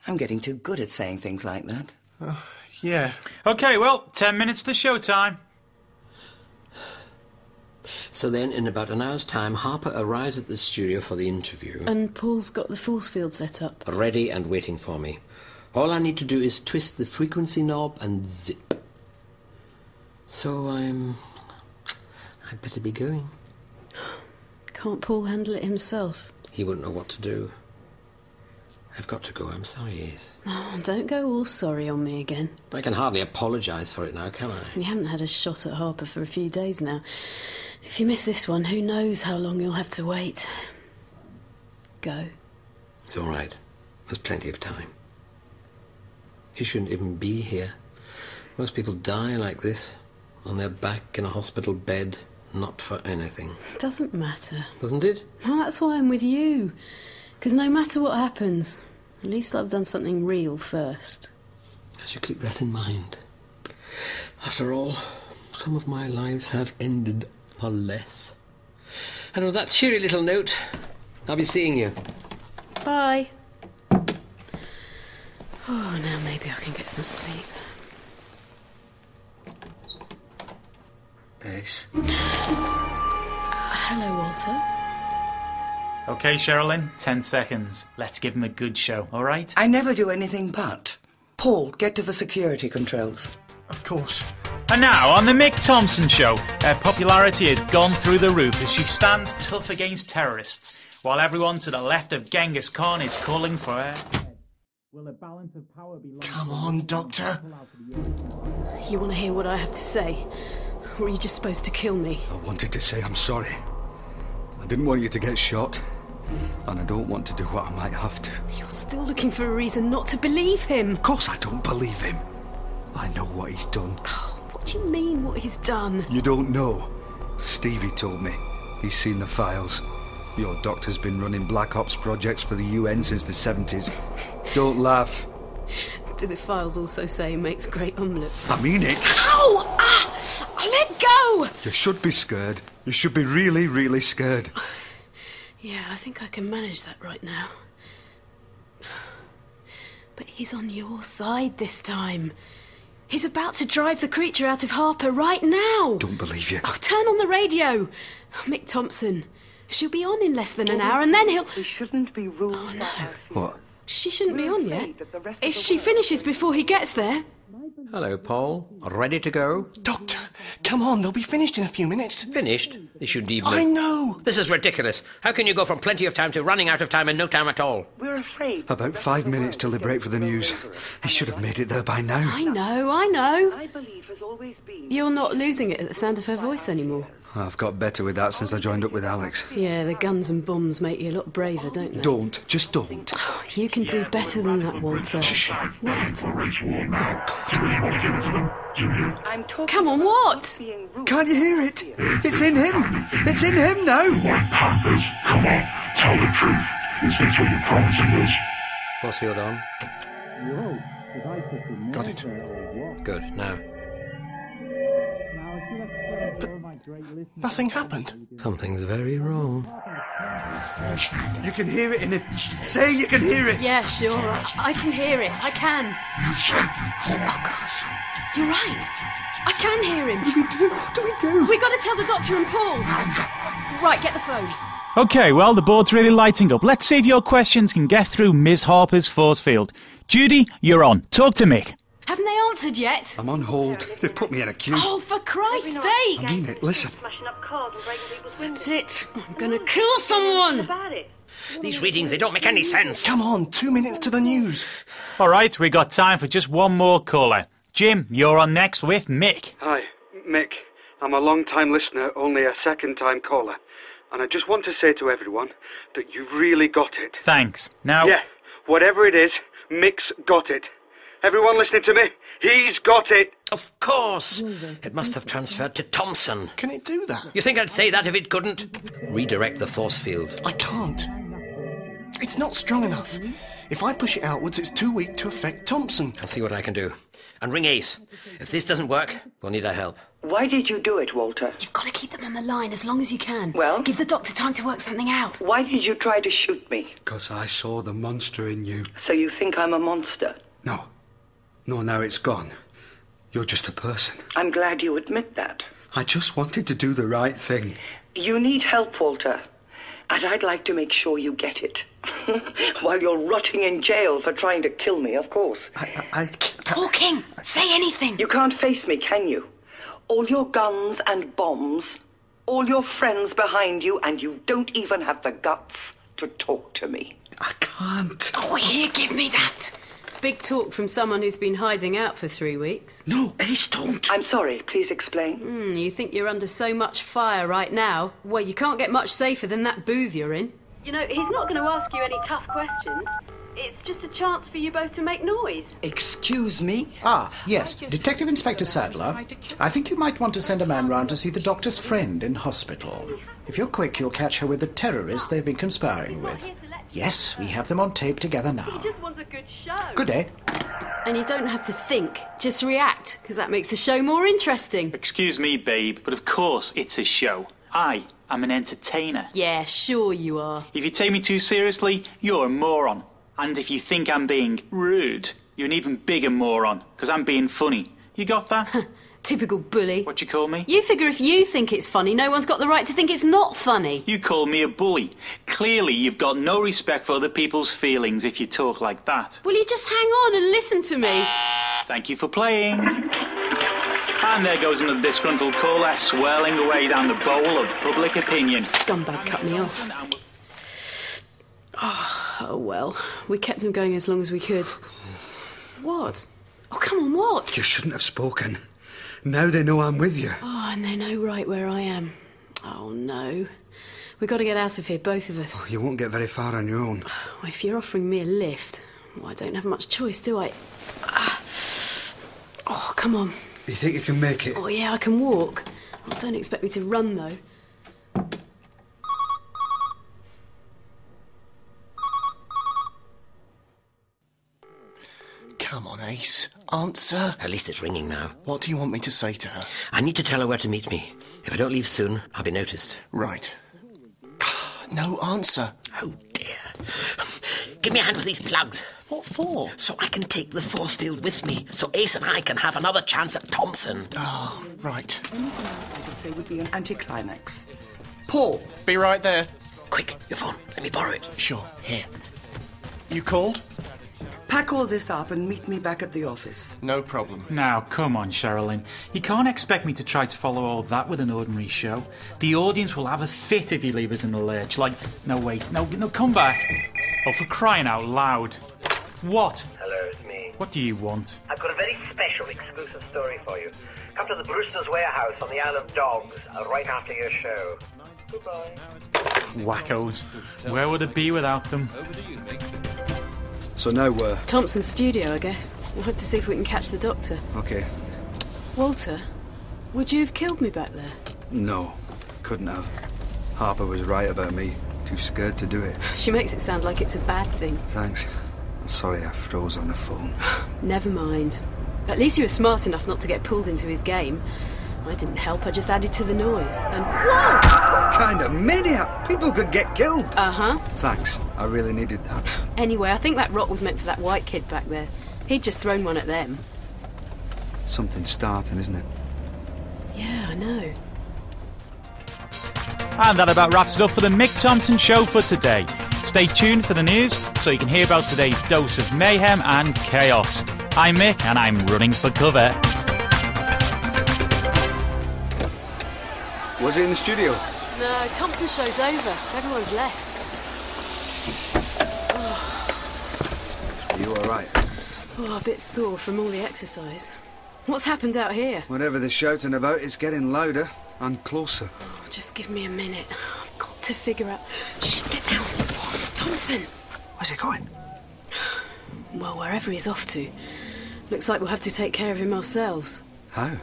Speaker 11: I'm getting too good at saying things like that.
Speaker 7: Oh, yeah.
Speaker 4: Okay, well, ten minutes to showtime.
Speaker 5: So then, in about an hour's time, Harper arrives at the studio for the interview.
Speaker 6: And Paul's got the force field set up.
Speaker 5: Ready and waiting for me. All I need to do is twist the frequency knob and zip. So I'm. I'd better be going.
Speaker 6: Can't Paul handle it himself?
Speaker 5: He won't know what to do. I've got to go. I'm sorry, Ace.
Speaker 6: Oh, don't go all sorry on me again.
Speaker 5: I can hardly apologise for it now, can I?
Speaker 6: You haven't had a shot at Harper for a few days now. If you miss this one, who knows how long you'll have to wait. Go.
Speaker 5: It's all right. There's plenty of time. He shouldn't even be here. Most people die like this, on their back in a hospital bed, not for anything.
Speaker 6: Doesn't matter.
Speaker 5: Doesn't it?
Speaker 6: Well, that's why I'm with you. Because no matter what happens, at least I've done something real first.
Speaker 5: I should keep that in mind. After all, some of my lives have ended for less. And on that cheery little note, I'll be seeing you.
Speaker 6: Bye. Oh, now maybe I can get some sleep.
Speaker 19: Ace.
Speaker 6: Hello, Walter.
Speaker 4: Okay, Sherilyn, ten seconds. Let's give him a good show, all right?
Speaker 11: I never do anything but. Paul, get to the security controls.
Speaker 7: Of course.
Speaker 4: And now on the Mick Thompson Show, her popularity has gone through the roof as she stands tough against terrorists, while everyone to the left of Genghis Khan is calling for her.
Speaker 7: Come on, Doctor.
Speaker 6: You want to hear what I have to say? Or are you just supposed to kill me?
Speaker 3: I wanted to say I'm sorry. I didn't want you to get shot, and I don't want to do what I might have to.
Speaker 6: You're still looking for a reason not to believe him.
Speaker 3: Of course, I don't believe him. I know what he's done.
Speaker 6: What do you mean, what he's done?
Speaker 3: You don't know. Stevie told me. He's seen the files. Your doctor's been running Black Ops projects for the UN since the 70s. Don't laugh.
Speaker 6: Do the files also say he makes great omelettes?
Speaker 3: I mean it.
Speaker 6: Ow! Ah! I let go!
Speaker 3: You should be scared. You should be really, really scared.
Speaker 6: Yeah, I think I can manage that right now. But he's on your side this time. He's about to drive the creature out of Harper right now.
Speaker 3: Don't believe you.
Speaker 6: Oh, turn on the radio. Mick Thompson. She'll be on in less than an hour and then he'll.
Speaker 1: We shouldn't be rude. Oh,
Speaker 6: no.
Speaker 3: What?
Speaker 6: She shouldn't be on yet. If she finishes before he gets there.
Speaker 5: Hello, Paul. Ready to go?
Speaker 7: Doctor, come on, they'll be finished in a few minutes.
Speaker 5: Finished? They shouldn't even.
Speaker 7: I know!
Speaker 5: This is ridiculous. How can you go from plenty of time to running out of time in no time at all?
Speaker 1: We're afraid.
Speaker 3: About five minutes till they break for the news. They should have made it there by now.
Speaker 6: I know, I know. You're not losing it at the sound of her voice anymore.
Speaker 3: I've got better with that since I joined up with Alex.
Speaker 6: Yeah, the guns and bombs make you a lot braver, don't they?
Speaker 3: Don't. Just don't.
Speaker 6: You can do better than that, Walter.
Speaker 3: Shh.
Speaker 6: What?
Speaker 1: I'm talking
Speaker 6: Come on, what?
Speaker 3: Can't you hear it? It's in him. It's in him now.
Speaker 9: White Panthers, come on, tell the truth. Is this what you're promising us?
Speaker 5: Force field on.
Speaker 7: Got it.
Speaker 5: Good. Now.
Speaker 7: Nothing happened.
Speaker 5: Something's very wrong.
Speaker 3: You can hear it in it. Say you can hear it.
Speaker 6: Yeah, sure. I, I can hear it. I can.
Speaker 9: You said you couldn't.
Speaker 6: Oh, God. You're right. I can hear him.
Speaker 3: What do we do? What do we do?
Speaker 6: we got to tell the doctor and Paul. Right, get the phone.
Speaker 4: Okay, well, the board's really lighting up. Let's see if your questions can get through Ms. Harper's force field. Judy, you're on. Talk to Mick.
Speaker 6: Haven't they answered yet?
Speaker 3: I'm on hold. They've put me in a queue.
Speaker 6: Oh, for Christ's sake!
Speaker 3: I mean it. Listen.
Speaker 23: Smashing up cars and breaking people's windows.
Speaker 6: That's it. I'm gonna kill someone!
Speaker 23: About it.
Speaker 5: These readings, they don't make any sense.
Speaker 7: Come on, two minutes to the news.
Speaker 4: All right, we got time for just one more caller. Jim, you're on next with Mick.
Speaker 24: Hi, Mick. I'm a long time listener, only a second time caller. And I just want to say to everyone that you've really got it.
Speaker 4: Thanks. Now,
Speaker 24: Yeah, whatever it is, Mick's got it. Everyone listening to me, he's got it.
Speaker 5: Of course! It must have transferred to Thompson.
Speaker 7: Can it do that?
Speaker 5: You think I'd say that if it couldn't? Redirect the force field.
Speaker 7: I can't. It's not strong enough. If I push it outwards, it's too weak to affect Thompson.
Speaker 5: I'll see what I can do. And ring Ace. If this doesn't work, we'll need our help.
Speaker 1: Why did you do it, Walter?
Speaker 6: You've got to keep them on the line as long as you can.
Speaker 1: Well?
Speaker 6: give the doctor time to work something out.
Speaker 1: Why did you try to shoot me?
Speaker 3: Because I saw the monster in you.
Speaker 1: So you think I'm a monster?
Speaker 3: No. No, now it's gone. You're just a person.
Speaker 1: I'm glad you admit that.
Speaker 3: I just wanted to do the right thing.
Speaker 1: You need help, Walter. And I'd like to make sure you get it. While you're rotting in jail for trying to kill me, of course.
Speaker 3: I. I, I
Speaker 6: Talking! Say anything!
Speaker 1: You can't face me, can you? All your guns and bombs, all your friends behind you, and you don't even have the guts to talk to me.
Speaker 3: I can't.
Speaker 6: Oh, here, give me that! Big talk from someone who's been hiding out for three weeks.
Speaker 3: No, Ace, don't.
Speaker 1: I'm sorry, please explain.
Speaker 6: Hmm, you think you're under so much fire right now? Well, you can't get much safer than that booth you're in.
Speaker 10: You know, he's not going to ask you any tough questions. It's just a chance for you both to make noise.
Speaker 1: Excuse me?
Speaker 12: Ah, yes, Detective Inspector Sadler. I think you might want to send a man round to see the doctor's friend in hospital. If you're quick, you'll catch her with the terrorists they've been conspiring with. Yes, we have them on tape together now.
Speaker 10: He just wants a good show.
Speaker 12: Good day.
Speaker 6: And you don't have to think, just react, because that makes the show more interesting.
Speaker 25: Excuse me, babe, but of course it's a show. I am an entertainer.
Speaker 6: Yeah, sure you are.
Speaker 25: If you take me too seriously, you're a moron. And if you think I'm being rude, you're an even bigger moron, because I'm being funny. You got that?
Speaker 6: Typical bully.
Speaker 25: What you call me?
Speaker 6: You figure if you think it's funny, no one's got the right to think it's not funny.
Speaker 25: You call me a bully. Clearly, you've got no respect for other people's feelings if you talk like that.
Speaker 6: Will you just hang on and listen to me?
Speaker 25: Thank you for playing. And there goes another disgruntled caller swirling away down the bowl of public opinion.
Speaker 6: Scumbag cut me off. Oh, well. We kept him going as long as we could. What? Oh, come on, what?
Speaker 3: You shouldn't have spoken. Now they know I'm with you.
Speaker 6: Oh, and they know right where I am. Oh, no. We've got to get out of here, both of us.
Speaker 3: You won't get very far on your own.
Speaker 6: Well, if you're offering me a lift, well, I don't have much choice, do I? Ah. Oh, come on.
Speaker 3: You think you can make it?
Speaker 6: Oh, yeah, I can walk. Oh, don't expect me to run, though.
Speaker 7: Come on, Ace. Answer.
Speaker 5: At least it's ringing now.
Speaker 7: What do you want me to say to her?
Speaker 5: I need to tell her where to meet me. If I don't leave soon, I'll be noticed.
Speaker 7: Right. No answer.
Speaker 5: Oh, dear. Give me a hand with these plugs.
Speaker 7: What for?
Speaker 5: So I can take the force field with me, so Ace and I can have another chance at Thompson.
Speaker 7: Oh, right.
Speaker 11: Anything else I could say would be an anticlimax. Paul,
Speaker 7: Be right there.
Speaker 5: Quick, your phone. Let me borrow it.
Speaker 7: Sure, here. You called?
Speaker 11: pack all this up and meet me back at the office.
Speaker 7: No problem.
Speaker 4: Now, come on, Sherilyn. You can't expect me to try to follow all that with an ordinary show. The audience will have a fit if you leave us in the lurch. Like, no, wait, no, no, come back. Oh, for crying out loud. What?
Speaker 7: Uh,
Speaker 2: Hello, it's me.
Speaker 4: What do you want?
Speaker 2: I've got a very special, exclusive story for you. Come to the Brewster's Warehouse on the Isle of Dogs uh, right after your show. Goodbye.
Speaker 4: Wackos. Where would it be without them?
Speaker 3: So now we're.
Speaker 6: Thompson's studio, I guess. We'll have to see if we can catch the doctor.
Speaker 3: Okay.
Speaker 6: Walter, would you have killed me back there?
Speaker 3: No. Couldn't have. Harper was right about me. Too scared to do it.
Speaker 6: She makes it sound like it's a bad thing.
Speaker 3: Thanks. I'm sorry I froze on the phone.
Speaker 6: Never mind. At least you were smart enough not to get pulled into his game. I didn't help, I just added to the noise. And
Speaker 3: What kind of maniac? People could get killed.
Speaker 6: Uh huh.
Speaker 3: Thanks. I really needed that.
Speaker 6: Anyway, I think that rot was meant for that white kid back there. He'd just thrown one at them.
Speaker 3: Something starting, isn't it?
Speaker 6: Yeah, I know.
Speaker 4: And that about wraps it up for the Mick Thompson show for today. Stay tuned for the news so you can hear about today's dose of mayhem and chaos. I'm Mick and I'm running for cover.
Speaker 3: Was he in the studio?
Speaker 6: No, Thompson's show's over. Everyone's left.
Speaker 3: Are you alright?
Speaker 6: Oh, a bit sore from all the exercise. What's happened out here?
Speaker 3: Whatever they're shouting about, it's getting louder and closer.
Speaker 6: Oh, just give me a minute. I've got to figure out. Shh, get down. Thompson!
Speaker 3: Where's he going?
Speaker 6: Well, wherever he's off to. Looks like we'll have to take care of him ourselves.
Speaker 3: How?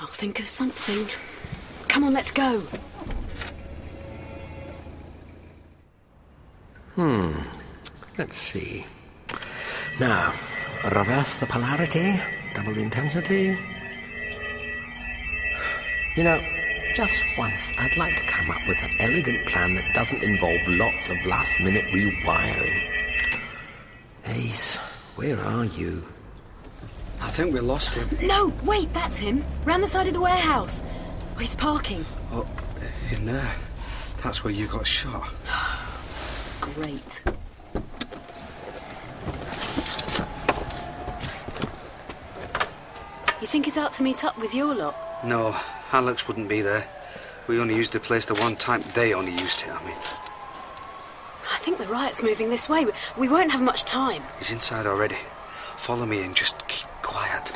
Speaker 6: I'll think of something. Come on, let's go.
Speaker 5: Hmm. Let's see. Now, reverse the polarity, double the intensity. You know, just once, I'd like to come up with an elegant plan that doesn't involve lots of last minute rewiring. Ace, where are you?
Speaker 3: I think we lost him.
Speaker 6: No, wait, that's him. Round the side of the warehouse. Oh, he's parking.
Speaker 3: Oh, in there. That's where you got shot.
Speaker 6: Great. You think he's out to meet up with your lot?
Speaker 3: No, Alex wouldn't be there. We only used the place the one time. They only used it, I mean.
Speaker 6: I think the riot's moving this way. We won't have much time.
Speaker 3: He's inside already. Follow me and just keep quiet.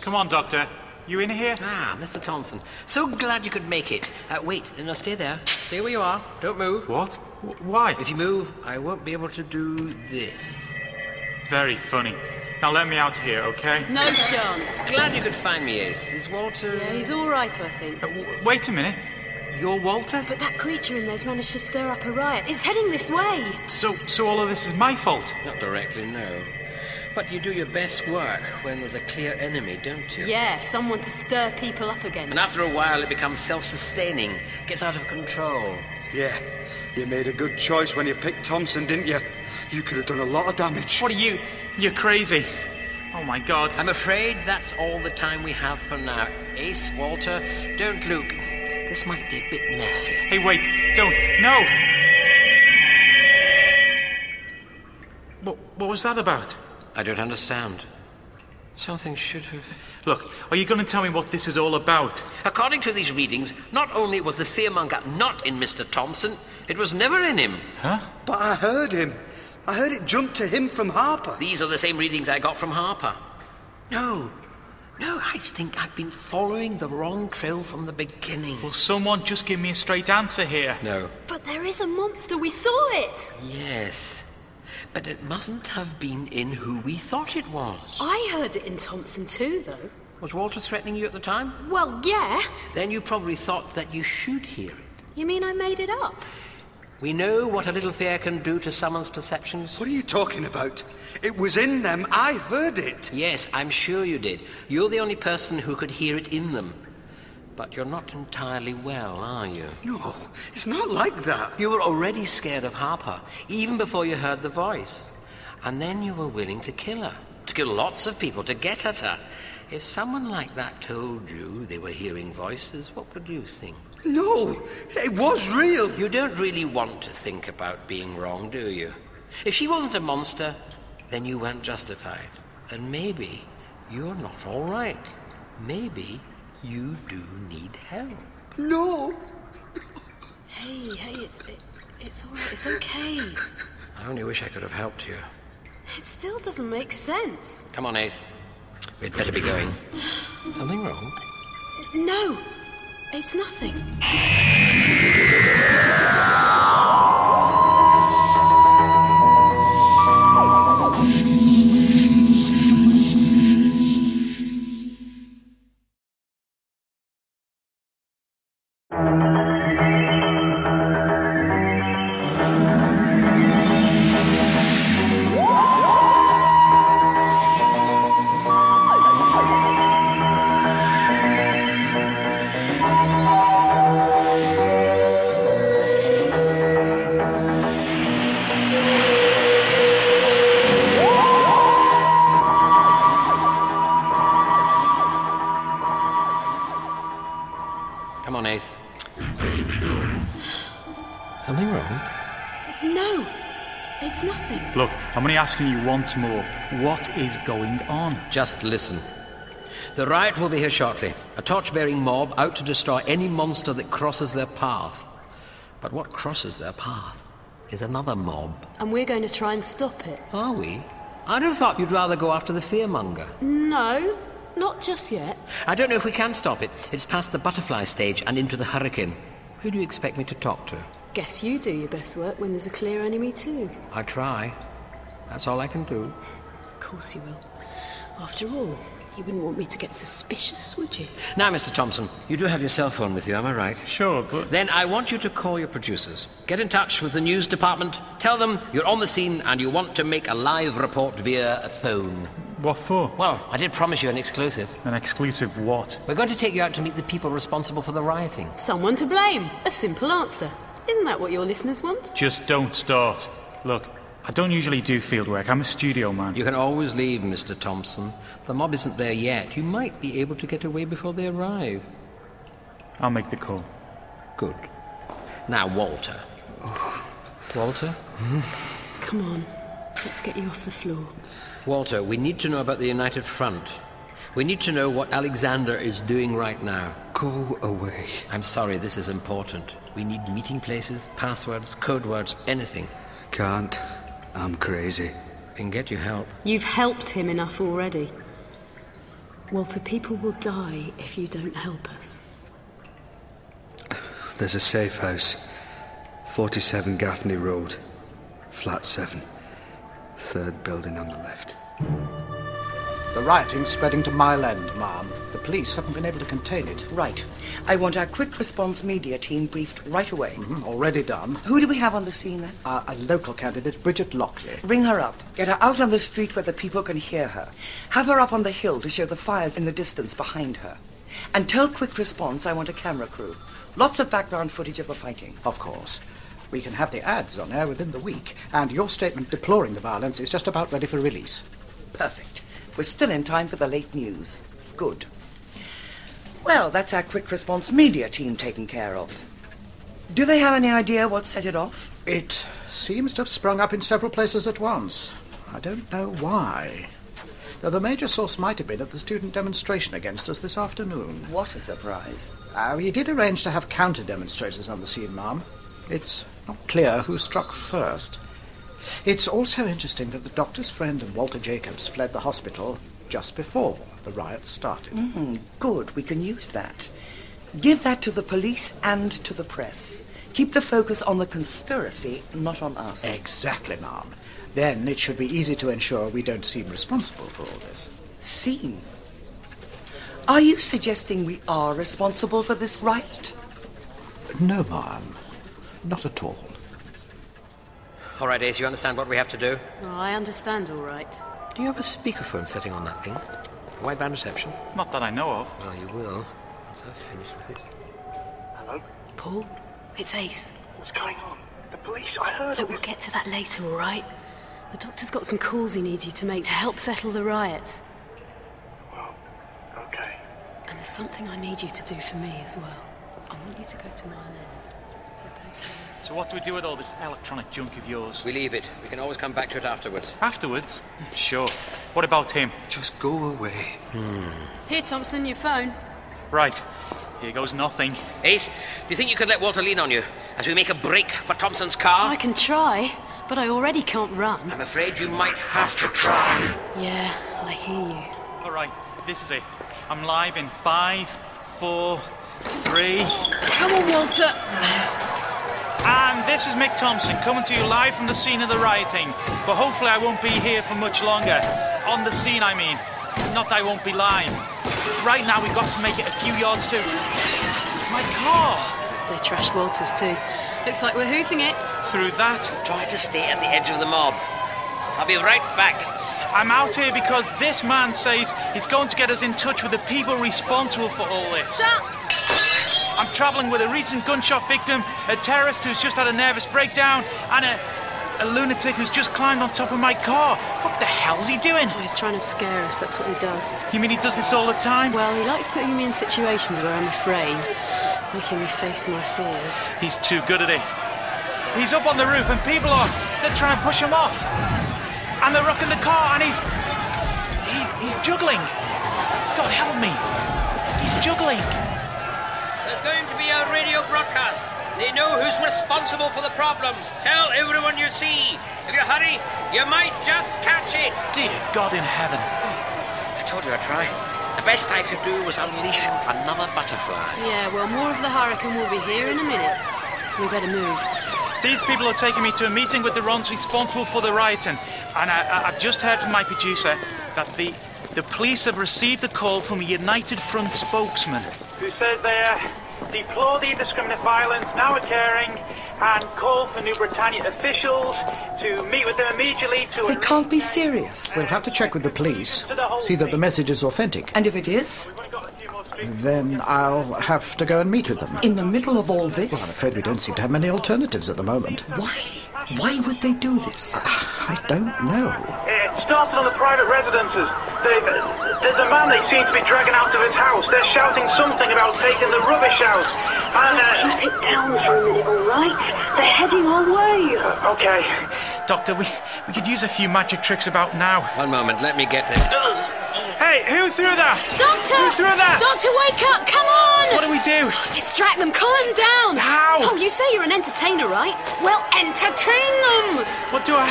Speaker 4: Come on, Doctor. You in here?
Speaker 5: Ah, Mr. Thompson. So glad you could make it. Uh, wait, no, stay there. Stay where you are. Don't move.
Speaker 4: What? W- why?
Speaker 5: If you move, I won't be able to do this.
Speaker 4: Very funny. Now let me out of here, okay?
Speaker 6: No chance.
Speaker 5: Glad you could find me, Ace. Is Walter.
Speaker 6: Yeah, he's all right, I think.
Speaker 4: Uh, w- wait a minute. You're Walter?
Speaker 6: But that creature in there's managed to stir up a riot. It's heading this way.
Speaker 4: So, so all of this is my fault.
Speaker 5: Not directly, no. But you do your best work when there's a clear enemy, don't you?
Speaker 6: Yeah, someone to stir people up against.
Speaker 5: And after a while, it becomes self sustaining, gets out of control.
Speaker 19: Yeah, you made a good choice when you picked Thompson, didn't you? You could have done a lot of damage.
Speaker 4: What are you? You're crazy. Oh my god.
Speaker 5: I'm afraid that's all the time we have for now. Ace, Walter, don't look. This might be a bit messy.
Speaker 4: Hey, wait. Don't. No! What, what was that about?
Speaker 5: I don't understand. Something should have.
Speaker 4: Look, are you going to tell me what this is all about?
Speaker 5: According to these readings, not only was the fearmonger not in Mr. Thompson, it was never in him.
Speaker 4: Huh?
Speaker 19: But I heard him. I heard it jump to him from Harper.
Speaker 5: These are the same readings I got from Harper. No. No, I think I've been following the wrong trail from the beginning.
Speaker 4: Will someone just give me a straight answer here?
Speaker 5: No.
Speaker 6: But there is a monster. We saw it.
Speaker 5: Yes. But it mustn't have been in who we thought it was.
Speaker 6: I heard it in Thompson too, though.
Speaker 5: Was Walter threatening you at the time?
Speaker 6: Well, yeah.
Speaker 5: Then you probably thought that you should hear it.
Speaker 6: You mean I made it up?
Speaker 5: We know what a little fear can do to someone's perceptions.
Speaker 19: What are you talking about? It was in them. I heard it.
Speaker 5: Yes, I'm sure you did. You're the only person who could hear it in them. But you're not entirely well, are you?
Speaker 19: No, it's not like that.
Speaker 5: You were already scared of Harper, even before you heard the voice. And then you were willing to kill her. To kill lots of people, to get at her. If someone like that told you they were hearing voices, what would you think?
Speaker 19: No, it was real.
Speaker 5: You don't really want to think about being wrong, do you? If she wasn't a monster, then you weren't justified. Then maybe you're not all right. Maybe you do need help.
Speaker 19: No.
Speaker 6: Hey, hey, it's it, it's all right. It's okay.
Speaker 5: I only wish I could have helped you.
Speaker 6: It still doesn't make sense.
Speaker 5: Come on, Ace. We'd better be going. Something wrong?
Speaker 6: No, it's nothing.
Speaker 5: Come on, Ace. Something wrong?
Speaker 6: No, it's nothing.
Speaker 4: Look, I'm only asking you once more. What is going on?
Speaker 5: Just listen. The riot will be here shortly. A torch bearing mob out to destroy any monster that crosses their path. But what crosses their path is another mob.
Speaker 6: And we're going to try and stop it.
Speaker 5: Are we? I'd have thought you'd rather go after the fearmonger.
Speaker 6: No, not just yet.
Speaker 5: I don't know if we can stop it. It's past the butterfly stage and into the hurricane. Who do you expect me to talk to?
Speaker 6: Guess you do your best work when there's a clear enemy, too.
Speaker 5: I try. That's all I can do.
Speaker 6: Of course you will. After all, you wouldn't want me to get suspicious, would you?
Speaker 5: Now, Mr. Thompson, you do have your cell phone with you, am I right?
Speaker 4: Sure, but.
Speaker 5: Then I want you to call your producers. Get in touch with the news department. Tell them you're on the scene and you want to make a live report via a phone.
Speaker 4: What for?
Speaker 5: Well, I did promise you an exclusive.
Speaker 4: An exclusive what?
Speaker 5: We're going to take you out to meet the people responsible for the rioting.
Speaker 6: Someone to blame. A simple answer. Isn't that what your listeners want?
Speaker 4: Just don't start. Look, I don't usually do field work. I'm a studio man.
Speaker 5: You can always leave, Mr. Thompson. The mob isn't there yet. You might be able to get away before they arrive.
Speaker 4: I'll make the call.
Speaker 5: Good. Now, Walter. Walter?
Speaker 6: Come on, let's get you off the floor.
Speaker 5: Walter, we need to know about the United Front. We need to know what Alexander is doing right now.
Speaker 19: Go away.
Speaker 5: I'm sorry, this is important. We need meeting places, passwords, code words, anything.
Speaker 19: Can't. I'm crazy.
Speaker 5: We can get you help.
Speaker 6: You've helped him enough already. Walter, people will die if you don't help us.
Speaker 19: There's a safe house. 47 Gaffney Road. Flat 7. Third building on the left.
Speaker 12: The rioting's spreading to Mile End, ma'am. The police haven't been able to contain it.
Speaker 11: Right. I want our quick response media team briefed right away.
Speaker 12: Mhm, Already done.
Speaker 11: Who do we have on the scene then?
Speaker 12: Uh, a local candidate, Bridget Lockley.
Speaker 11: Ring her up. Get her out on the street where the people can hear her. Have her up on the hill to show the fires in the distance behind her. And tell Quick Response I want a camera crew. Lots of background footage of the fighting.
Speaker 12: Of course. We can have the ads on air within the week, and your statement deploring the violence is just about ready for release.
Speaker 11: Perfect. We're still in time for the late news. Good. Well, that's our quick response media team taken care of. Do they have any idea what set it off?
Speaker 12: It seems to have sprung up in several places at once. I don't know why. Though the major source might have been at the student demonstration against us this afternoon.
Speaker 11: What a surprise.
Speaker 12: Uh, we did arrange to have counter demonstrators on the scene, ma'am. It's not clear who struck first. It's also interesting that the doctor's friend and Walter Jacobs fled the hospital just before the riot started.
Speaker 11: Mm, good, we can use that. Give that to the police and to the press. Keep the focus on the conspiracy, not on us.
Speaker 12: Exactly, ma'am. Then it should be easy to ensure we don't seem responsible for all this.
Speaker 11: Seem? Are you suggesting we are responsible for this riot?
Speaker 12: No, ma'am. Not at all.
Speaker 5: All right, Ace, you understand what we have to do?
Speaker 6: Oh, I understand, all right.
Speaker 5: Do you have a speakerphone setting on that thing? Wideband reception?
Speaker 4: Not that I know of.
Speaker 5: Well, you will once I've finished with it.
Speaker 23: Hello?
Speaker 6: Paul, it's Ace.
Speaker 23: What's going on? The police, I heard.
Speaker 6: Look, we'll get to that later, all right? The doctor's got some calls he needs you to make to help settle the riots.
Speaker 23: Well, okay.
Speaker 6: And there's something I need you to do for me as well. I want you to go to Mile End. It's a place for me.
Speaker 4: So what do we do with all this electronic junk of yours?
Speaker 5: We leave it. We can always come back to it afterwards.
Speaker 4: Afterwards? Sure. What about him? Hmm.
Speaker 19: Just go away.
Speaker 6: Here, Thompson, your phone.
Speaker 4: Right. Here goes nothing.
Speaker 5: Ace, do you think you could let Walter lean on you as we make a break for Thompson's car?
Speaker 6: I can try, but I already can't run.
Speaker 5: I'm afraid you might have to try.
Speaker 6: Yeah, I hear you.
Speaker 4: All right, this is it. I'm live in five, four, three.
Speaker 6: Come on, Walter.
Speaker 4: And this is Mick Thompson coming to you live from the scene of the rioting. But hopefully, I won't be here for much longer. On the scene, I mean. Not that I won't be live. Right now, we've got to make it a few yards to. My car!
Speaker 6: They trashed Oh, Walters too. Looks like we're hoofing it.
Speaker 4: Through that.
Speaker 5: Try to stay at the edge of the mob. I'll be right back.
Speaker 4: I'm out here because this man says he's going to get us in touch with the people responsible for all this. I'm travelling with a recent gunshot victim, a terrorist who's just had a nervous breakdown, and a, a lunatic who's just climbed on top of my car. What the hell's he doing?
Speaker 6: Oh, He's trying to scare us, that's what he does.
Speaker 4: You mean he does this all the time?
Speaker 6: Well, he likes putting me in situations where I'm afraid, making me face my fears.
Speaker 4: He's too good at it. He's up on the roof and people are they're trying to push him off. And they're rocking the car and he's he, he's juggling. God help me. He's juggling.
Speaker 5: There's going to be a radio broadcast. They know who's responsible for the problems. Tell everyone you see. If you hurry, you might just catch it.
Speaker 4: Dear God in heaven.
Speaker 5: I told you I'd try. The best I could do was unleash another butterfly.
Speaker 6: Yeah, well, more of the hurricane will be here in a minute. We better move.
Speaker 4: These people are taking me to a meeting with the ones responsible for the rioting, and I, I, I've just heard from my producer that the the police have received a call from a United Front spokesman.
Speaker 13: who says they uh, deplore the indiscriminate violence now occurring and call for New Britannia officials to meet with them immediately to
Speaker 11: They can't be serious.
Speaker 12: We'll have to check with the police, see that the message is authentic.
Speaker 11: And if it is,
Speaker 12: Then I'll have to go and meet with them.
Speaker 11: in the middle of all
Speaker 12: Well, I'm
Speaker 11: this,
Speaker 12: afraid we don't seem to have many alternatives at the moment. Ah,
Speaker 11: why? Why would they do this?
Speaker 12: I don't know.
Speaker 13: It started on the private residences. They, there's a man they seem to be dragging out of his house. They're shouting something about taking the rubbish out. And, uh,
Speaker 10: Sit down for a minute, all right? They're heading our way.
Speaker 13: Uh, okay.
Speaker 4: Doctor, we, we could use a few magic tricks about now.
Speaker 5: One moment, let me get this.
Speaker 4: Hey, who threw that?
Speaker 6: Doctor!
Speaker 4: Who threw that?
Speaker 6: Doctor, wake up! Come on! Oh,
Speaker 4: What do we do?
Speaker 6: Distract them, calm them down!
Speaker 4: How?
Speaker 6: Oh, you say you're an entertainer, right? Well, entertain them!
Speaker 4: What do I.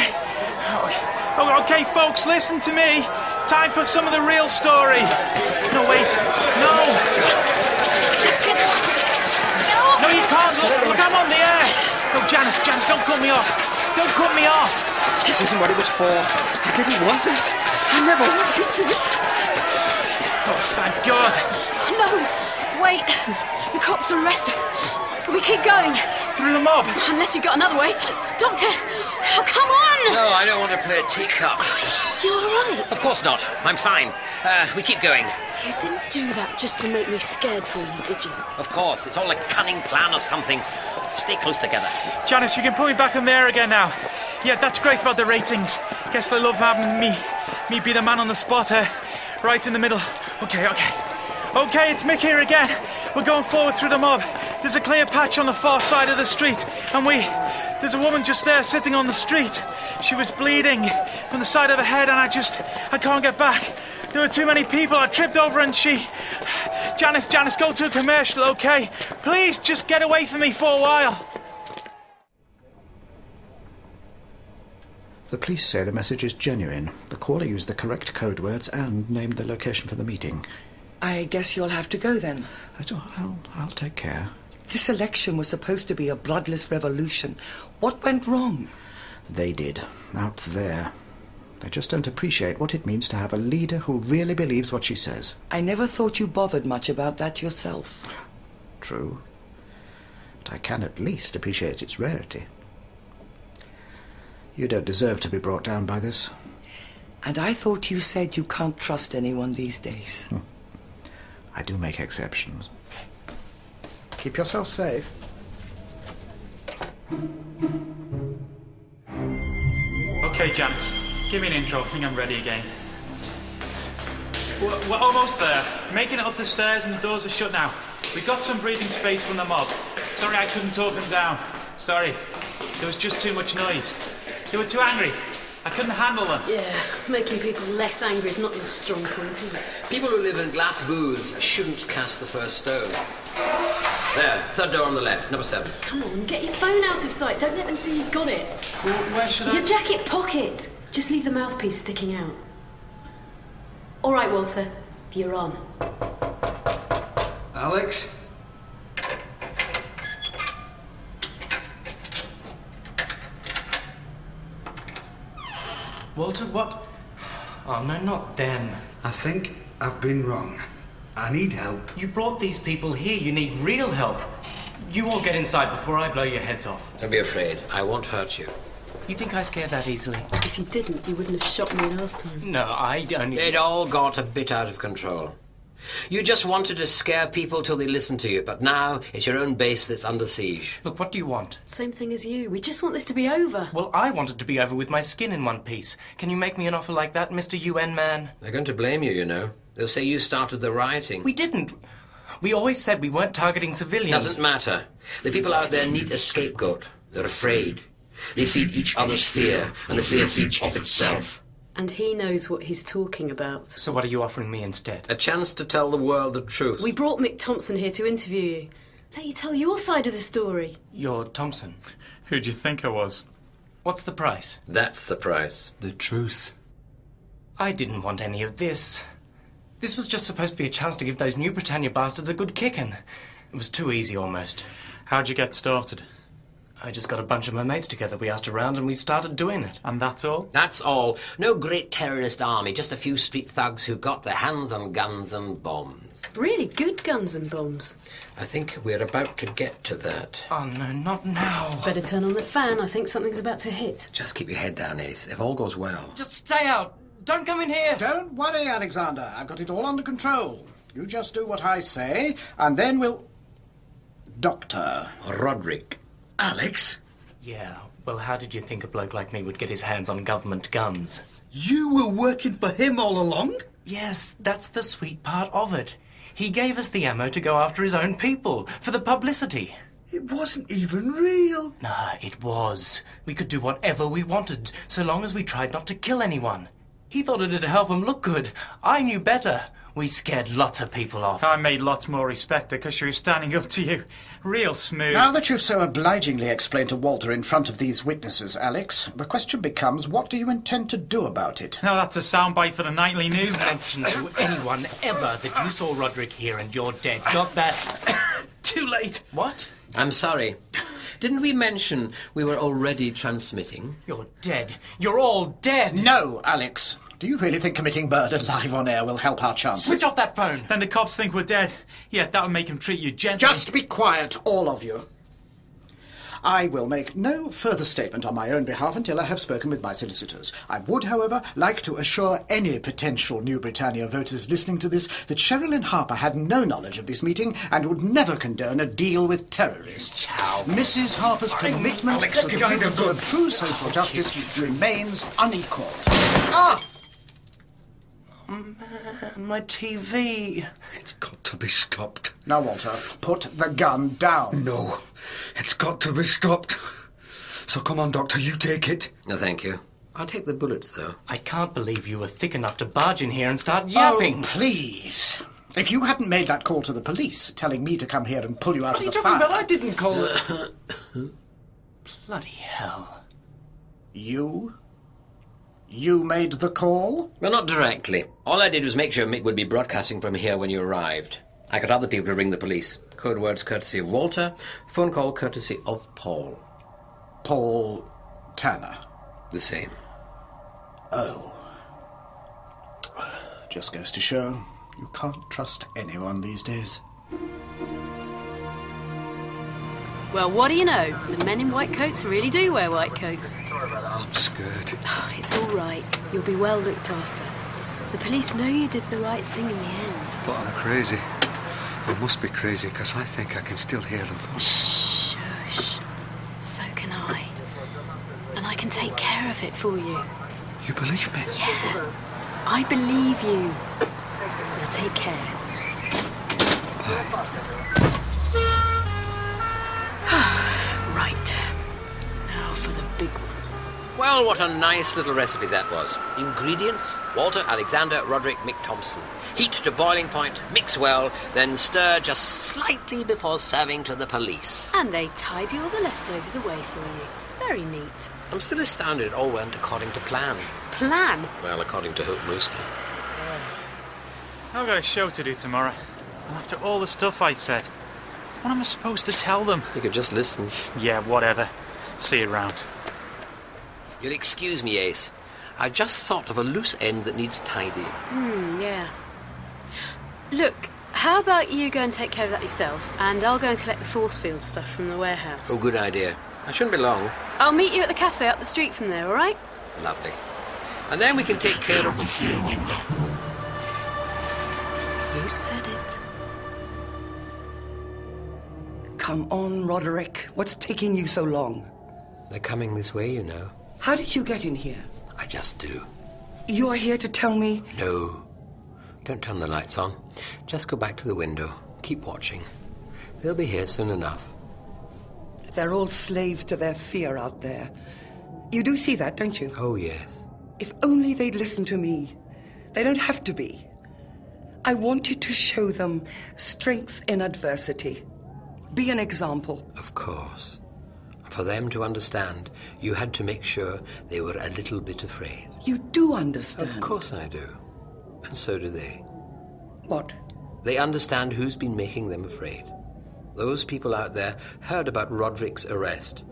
Speaker 4: Oh, oh, okay, folks, listen to me. Time for some of the real story. No, wait. No. No, you can't. Look, look I'm on the air. No, Janice, Janice, don't cut me off. Don't cut me off.
Speaker 19: This isn't what it was for. I didn't want this. I never wanted this.
Speaker 4: Oh, thank God.
Speaker 6: Oh, no! Wait! The cops will arrest us. We keep going.
Speaker 4: Through the mob.
Speaker 6: Unless you've got another way. Doctor! Oh, come on!
Speaker 5: No, I don't want to her teacup.
Speaker 6: You all right?
Speaker 5: Of course not. I'm fine. Uh, we keep going.
Speaker 6: You didn't do that just to make me scared for you, did you?
Speaker 5: Of course, it's all a cunning plan or something. Stay close together.
Speaker 4: Janice, you can put me back in there again now. Yeah, that's great about the ratings. Guess they love having me, me be the man on the spot here, right in the middle. Okay, okay. Okay, it's Mick here again. We're going forward through the mob. There's a clear patch on the far side of the street, and we. There's a woman just there sitting on the street. She was bleeding from the side of her head, and I just. I can't get back. There were too many people. I tripped over, and she. Janice, Janice, go to a commercial, okay? Please just get away from me for a while.
Speaker 12: The police say the message is genuine. The caller used the correct code words and named the location for the meeting.
Speaker 11: I guess you'll have to go then.
Speaker 12: I don't, I'll, I'll take care.
Speaker 11: This election was supposed to be a bloodless revolution. What went wrong?
Speaker 12: They did, out there. They just don't appreciate what it means to have a leader who really believes what she says.
Speaker 11: I never thought you bothered much about that yourself.
Speaker 12: True. But I can at least appreciate its rarity. You don't deserve to be brought down by this.
Speaker 11: And I thought you said you can't trust anyone these days.
Speaker 12: Hmm. I do make exceptions. Keep yourself safe.
Speaker 4: Okay, Janice, give me an intro. I think I'm ready again. We're, we're almost there. Making it up the stairs and the doors are shut now. We got some breathing space from the mob. Sorry I couldn't talk them down. Sorry. There was just too much noise. They were too angry. I couldn't handle them.
Speaker 6: Yeah, making people less angry is not your strong point, is it?
Speaker 5: People who live in glass booths shouldn't cast the first stone. There, third door on the left, number seven.
Speaker 6: Come on, get your phone out of sight. Don't let them see you've got it.
Speaker 4: Where should I?
Speaker 6: Your jacket pocket. Just leave the mouthpiece sticking out. All right, Walter, you're on.
Speaker 19: Alex?
Speaker 8: Walter, what? Oh, no, not them.
Speaker 19: I think I've been wrong. I need help.
Speaker 8: You brought these people here. You need real help. You all get inside before I blow your heads off.
Speaker 5: Don't be afraid. I won't hurt you.
Speaker 8: You think I scare that easily?
Speaker 6: If you didn't, you wouldn't have shot me last time.
Speaker 8: No,
Speaker 4: Uh,
Speaker 8: I only.
Speaker 5: It all got a bit out of control. You just wanted to scare people till they listened to you, but now it's your own base that's under siege.
Speaker 8: Look, what do you want?
Speaker 6: Same thing as you. We just want this to be over.
Speaker 8: Well, I want it to be over with my skin in one piece. Can you make me an offer like that, Mr. UN man?
Speaker 5: They're going to blame you, you know. They'll say you started the rioting.
Speaker 8: We didn't. We always said we weren't targeting civilians.
Speaker 5: Doesn't matter. The people out there need a scapegoat. They're afraid. They feed each other's fear, and the fear feeds off itself.
Speaker 6: And he knows what he's talking about.
Speaker 8: So what are you offering me instead?
Speaker 5: A chance to tell the world the truth.
Speaker 6: We brought Mick Thompson here to interview you. Let you tell your side of the story.
Speaker 8: You're Thompson.
Speaker 4: Who do you think I was?
Speaker 8: What's the price?
Speaker 5: That's the price.
Speaker 19: The truth.
Speaker 8: I didn't want any of this. This was just supposed to be a chance to give those New Britannia bastards a good kicking. It was too easy almost.
Speaker 4: How'd you get started?
Speaker 8: I just got a bunch of my mates together. We asked around and we started doing it.
Speaker 4: And that's all?
Speaker 5: That's all. No great terrorist army, just a few street thugs who got their hands on guns and bombs.
Speaker 6: Really good guns and bombs.
Speaker 5: I think we're about to get to that.
Speaker 8: Oh no, not now.
Speaker 6: Better turn on the fan. I think something's about to hit.
Speaker 5: Just keep your head down, Ace. If all goes well.
Speaker 8: Just stay out. Don't come in here.
Speaker 12: Don't worry, Alexander. I've got it all under control. You just do what I say, and then we'll. Doctor.
Speaker 5: Roderick.
Speaker 12: Alex?
Speaker 8: Yeah, well, how did you think a bloke like me would get his hands on government guns?
Speaker 12: You were working for him all along?
Speaker 8: Yes, that's the sweet part of it. He gave us the ammo to go after his own people, for the publicity.
Speaker 12: It wasn't even real.
Speaker 8: Nah, it was. We could do whatever we wanted, so long as we tried not to kill anyone. He thought it'd help him look good. I knew better. We scared lots of people off.
Speaker 4: I made lots more respect because she was standing up to you. Real smooth.
Speaker 12: Now that you've so obligingly explained to Walter in front of these witnesses, Alex, the question becomes what do you intend to do about it?
Speaker 4: Now that's a soundbite for the nightly news.
Speaker 8: mention to anyone ever that you saw Roderick here and you're dead. Got that?
Speaker 4: Too late.
Speaker 8: what?
Speaker 5: I'm sorry. Didn't we mention we were already transmitting?
Speaker 8: You're dead. You're all dead.
Speaker 12: No, Alex. Do you really think committing murder live on air will help our chances?
Speaker 8: Switch off that phone.
Speaker 4: Then the cops think we're dead. Yeah, that would make him treat you gently.
Speaker 12: Just be quiet, all of you. I will make no further statement on my own behalf until I have spoken with my solicitors. I would, however, like to assure any potential New Britannia voters listening to this that Sherilyn Harper had no knowledge of this meeting and would never condone a deal with terrorists. How? Mrs. Harper's commitment
Speaker 18: Alex,
Speaker 12: to the
Speaker 18: you're going to
Speaker 12: principle
Speaker 18: do-
Speaker 12: of true social justice remains unequalled.
Speaker 18: Ah!
Speaker 8: Oh, Man, my TV.
Speaker 12: It's
Speaker 24: got to be stopped.
Speaker 12: Now, Walter, put the gun down.
Speaker 24: No, it's got to be stopped. So come on, Doctor, you take it.
Speaker 5: No, thank you. I'll take the bullets, though.
Speaker 8: I can't believe you were thick enough to barge in here and start yapping.
Speaker 12: Oh, please. If you hadn't made that call to the police, telling me to come here and pull you out
Speaker 8: What are
Speaker 12: of
Speaker 8: you
Speaker 12: the
Speaker 8: talking
Speaker 12: fire.
Speaker 8: about? I didn't call it. Bloody hell.
Speaker 12: You? You made the call?
Speaker 5: Well, not directly. All I did was make sure Mick would be broadcasting from here when you arrived. I got other people to ring the police. Code words courtesy of Walter, phone call courtesy of Paul.
Speaker 12: Paul Tanner.
Speaker 5: The same.
Speaker 12: Oh. Just goes to show you can't trust anyone these days.
Speaker 6: Well, what do you know? The men in white coats really do wear white coats.
Speaker 24: I'm scared.
Speaker 12: Oh,
Speaker 6: It's all right. You'll be well looked after. The police know you did the right thing in the end.
Speaker 24: But I'm crazy. I must be crazy because I think I can still hear them.
Speaker 6: Shh. So can I. And I can take care of it for you.
Speaker 24: You believe me?
Speaker 6: Yeah. I believe you. Now take care. right. Now for the big
Speaker 5: Well, what a nice little recipe that was. Ingredients Walter, Alexander, Roderick, Mick Thompson. Heat to boiling point, mix well, then stir just slightly before serving to the police.
Speaker 6: And they tidy all the leftovers away for you. Very neat.
Speaker 5: I'm still astounded it all went according to plan.
Speaker 6: Plan.
Speaker 5: Well, according to Hope Moose.
Speaker 4: I've got a show to do tomorrow. And after all the stuff I said, what am I supposed to tell them?
Speaker 5: You could just listen.
Speaker 4: Yeah, whatever. See you around.
Speaker 5: You'll excuse me, Ace. I just thought of a loose end that needs tidying.
Speaker 6: Hmm, yeah. Look, how about you go and take care of that yourself, and I'll go and collect the force field stuff from the warehouse.
Speaker 5: Oh, good idea. I shouldn't be long.
Speaker 6: I'll meet you at the cafe up the street from there, all right?
Speaker 5: Lovely. And then we can take care of.
Speaker 6: You said it.
Speaker 11: Come on, Roderick. What's taking you so long?
Speaker 5: They're coming this way, you know.
Speaker 11: How did you get in here?
Speaker 5: I just do.
Speaker 11: You're here to tell me.
Speaker 5: No. Don't turn the lights on. Just go back to the window. Keep watching. They'll be here soon enough.
Speaker 11: They're all slaves to their fear out there. You do see that, don't you?
Speaker 5: Oh, yes.
Speaker 11: If only they'd listen to me. They don't have to be. I wanted to show them strength in adversity. Be an example.
Speaker 5: Of course. For them to understand, you had to make sure they were a little bit afraid.
Speaker 11: You do understand.
Speaker 5: Of course I do. And so do they.
Speaker 11: What?
Speaker 5: They understand who's been making them afraid. Those people out there heard about Roderick's arrest.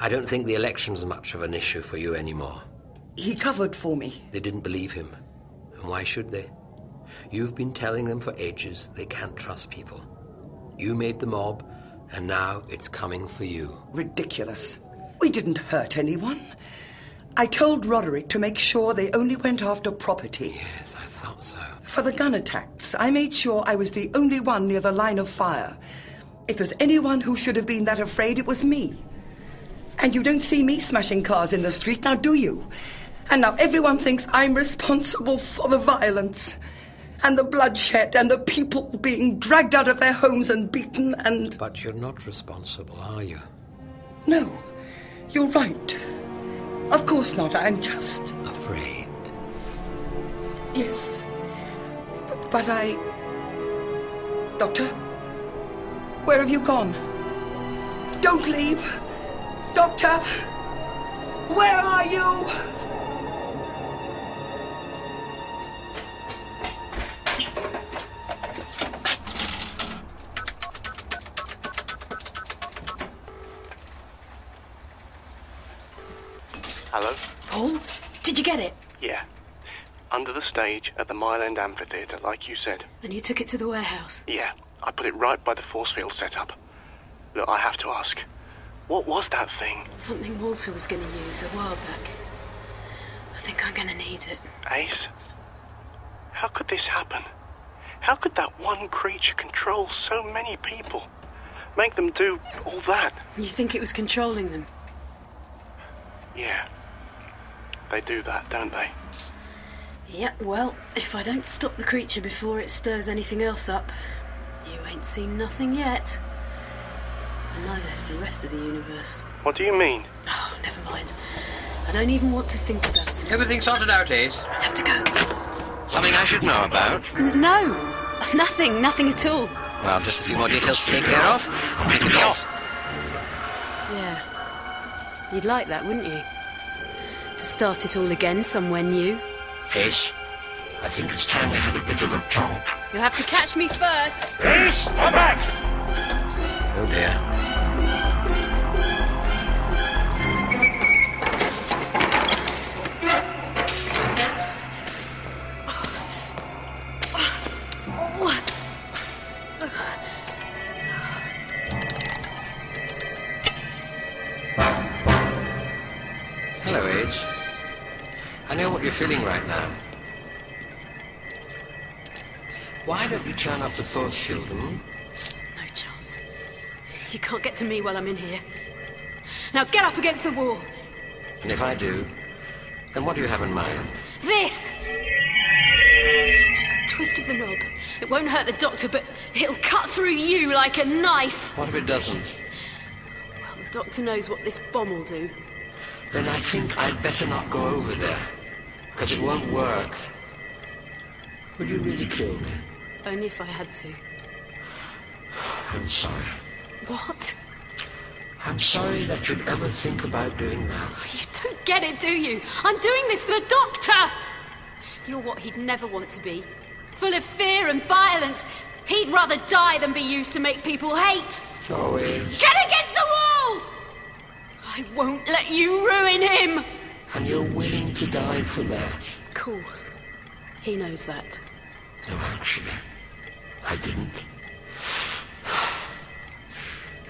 Speaker 5: I don't think the election's much of an issue for you anymore.
Speaker 11: He covered for me.
Speaker 5: They didn't believe him. And why should they? You've been telling them for ages they can't trust people. You made the mob, and now it's coming for you.
Speaker 11: Ridiculous. We didn't hurt anyone. I told Roderick to make sure they only went after property.
Speaker 5: Yes, I thought so.
Speaker 11: For the gun attacks, I made sure I was the only one near the line of fire. If there's anyone who should have been that afraid, it was me. And you don't see me smashing cars in the street now, do you? And now everyone thinks I'm responsible for the violence and the bloodshed and the people being dragged out of their homes and beaten and.
Speaker 5: But you're not responsible, are you?
Speaker 11: No, you're right. Of course not. I'm just.
Speaker 5: Afraid.
Speaker 11: Yes. B- but I. Doctor? Where have you gone? Don't leave! Doctor! Where are you?
Speaker 23: Hello?
Speaker 6: Paul, did you get it?
Speaker 23: Yeah. Under the stage at the Mile End Amphitheatre, like you said.
Speaker 6: And you took it to the warehouse.
Speaker 23: Yeah, I put it right by the force field setup. Look, I have to ask. What was that thing?
Speaker 6: Something Walter was going to use a while back. I think I'm going to need it.
Speaker 23: Ace? How could this happen? How could that one creature control so many people? Make them do all that?
Speaker 6: You think it was controlling them?
Speaker 23: Yeah. They do that, don't they?
Speaker 6: Yep, well, if I don't stop the creature before it stirs anything else up, you ain't seen nothing yet. And neither has the rest of the universe.
Speaker 23: What do you mean?
Speaker 6: Oh, never mind. I don't even want to think about it.
Speaker 5: Everything sorted out, Ace.
Speaker 6: I have to go.
Speaker 5: Something I should know about.
Speaker 6: No! Nothing, nothing at all.
Speaker 5: Well, just a few more details to take care of. We can be off.
Speaker 6: Yeah. You'd like that, wouldn't you? To start it all again somewhere new.
Speaker 5: Ace, I think it's time we had a bit of a talk.
Speaker 6: You'll have to catch me first.
Speaker 5: Ace, I'm back! Oh dear. Hello, Edge. I know what you're feeling right now. Why don't you turn off the thought shield? hmm?
Speaker 6: No chance. You can't get to me while I'm in here. Now get up against the wall.
Speaker 5: And if I do, then what do you have in mind?
Speaker 6: This! Just a twist of the knob. It won't hurt the doctor, but it'll cut through you like a knife.
Speaker 5: What if it doesn't?
Speaker 6: Well, the doctor knows what this bomb will do.
Speaker 5: Then I think I'd better not go over there, because it won't work. Would you really kill me?
Speaker 6: Only if I had to.
Speaker 5: I'm sorry.
Speaker 6: What?
Speaker 5: I'm sorry that you'd ever think about doing that.
Speaker 6: You don't get it, do you? I'm doing this for the doctor! You're what he'd never want to be. Full of fear and violence. He'd rather die than be used to make people hate.
Speaker 5: Always.
Speaker 6: Get against the wall! I won't let you ruin him!
Speaker 5: And you're willing to die for that.
Speaker 6: Of course. He knows that.
Speaker 5: No, actually, I didn't.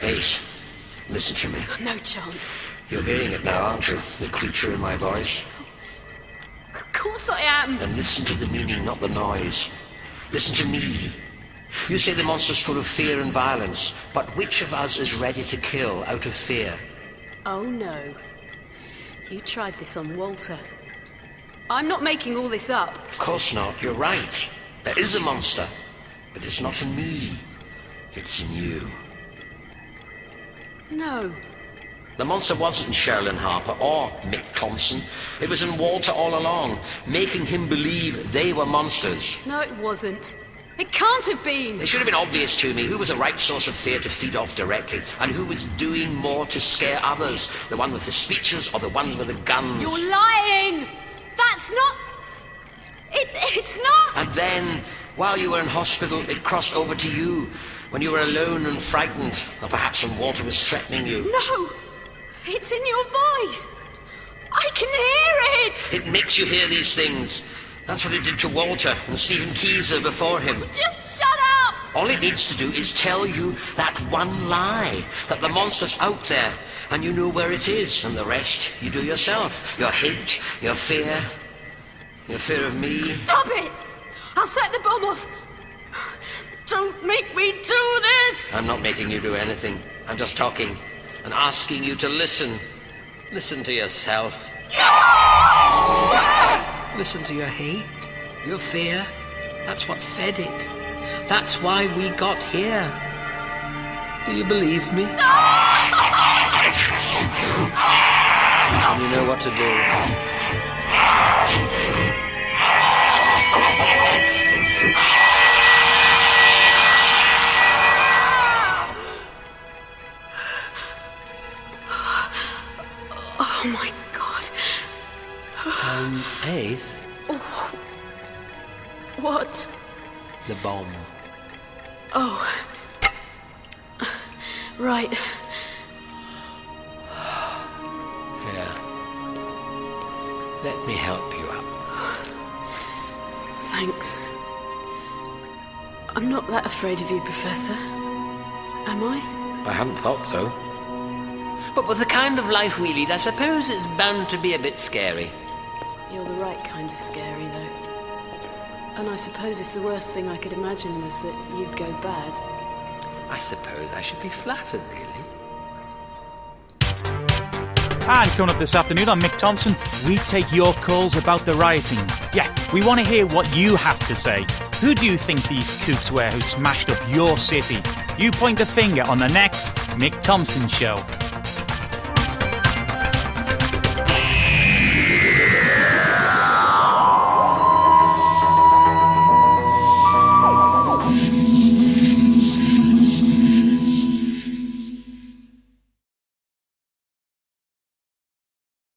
Speaker 5: Ace, listen to me.
Speaker 6: No chance.
Speaker 5: You're hearing it now, aren't you? The creature in my voice.
Speaker 6: Of course I am!
Speaker 5: Then listen to the meaning, not the noise. Listen to me. You say the monster's full of fear and violence, but which of us is ready to kill out of fear?
Speaker 6: Oh no. You tried this on Walter. I'm not making all this up.
Speaker 5: Of course not. You're right. There is a monster. But it's not in me. It's in you.
Speaker 6: No.
Speaker 5: The monster wasn't in Sherilyn Harper or Mick Thompson. It was in Walter all along, making him believe they were monsters.
Speaker 6: No, it wasn't. It can't have been!
Speaker 5: It should have been obvious to me who was the right source of fear to feed off directly, and who was doing more to scare others. The one with the speeches or the ones with the guns.
Speaker 6: You're lying! That's not. It, it's not.
Speaker 5: And then, while you were in hospital, it crossed over to you. When you were alone and frightened, or perhaps when Walter was threatening you.
Speaker 6: No! It's in your voice! I can hear it!
Speaker 5: It makes you hear these things. That's what it did to Walter and Stephen Keyser before him.
Speaker 6: Just shut up!
Speaker 5: All it needs to do is tell you that one lie, that the monster's out there, and you know where it is, and the rest you do yourself. Your hate, your fear, your fear of me.
Speaker 6: Stop it! I'll set the bomb off! Don't make me do this!
Speaker 5: I'm not making you do anything. I'm just talking and asking you to listen. Listen to yourself. Listen to your hate, your fear. That's what fed it. That's why we got here. Do you believe me? And you know what to do.
Speaker 6: Oh my god.
Speaker 5: Um, Ace,
Speaker 6: What?
Speaker 5: the bomb.
Speaker 6: Oh. Right.
Speaker 5: Here. Let me help you up.
Speaker 6: Thanks. I'm not that afraid of you, Professor. Am I?
Speaker 5: I hadn't thought so. But with the kind of life we lead, I suppose it's bound to be a bit scary.
Speaker 6: You're the right kind of scary, though. And I suppose if the worst thing I could imagine was that you'd go bad,
Speaker 5: I suppose I should be flattered, really.
Speaker 4: And coming up this afternoon on Mick Thompson, we take your calls about the rioting. Yeah, we want to hear what you have to say. Who do you think these coots were who smashed up your city? You point the finger on the next Mick Thompson show.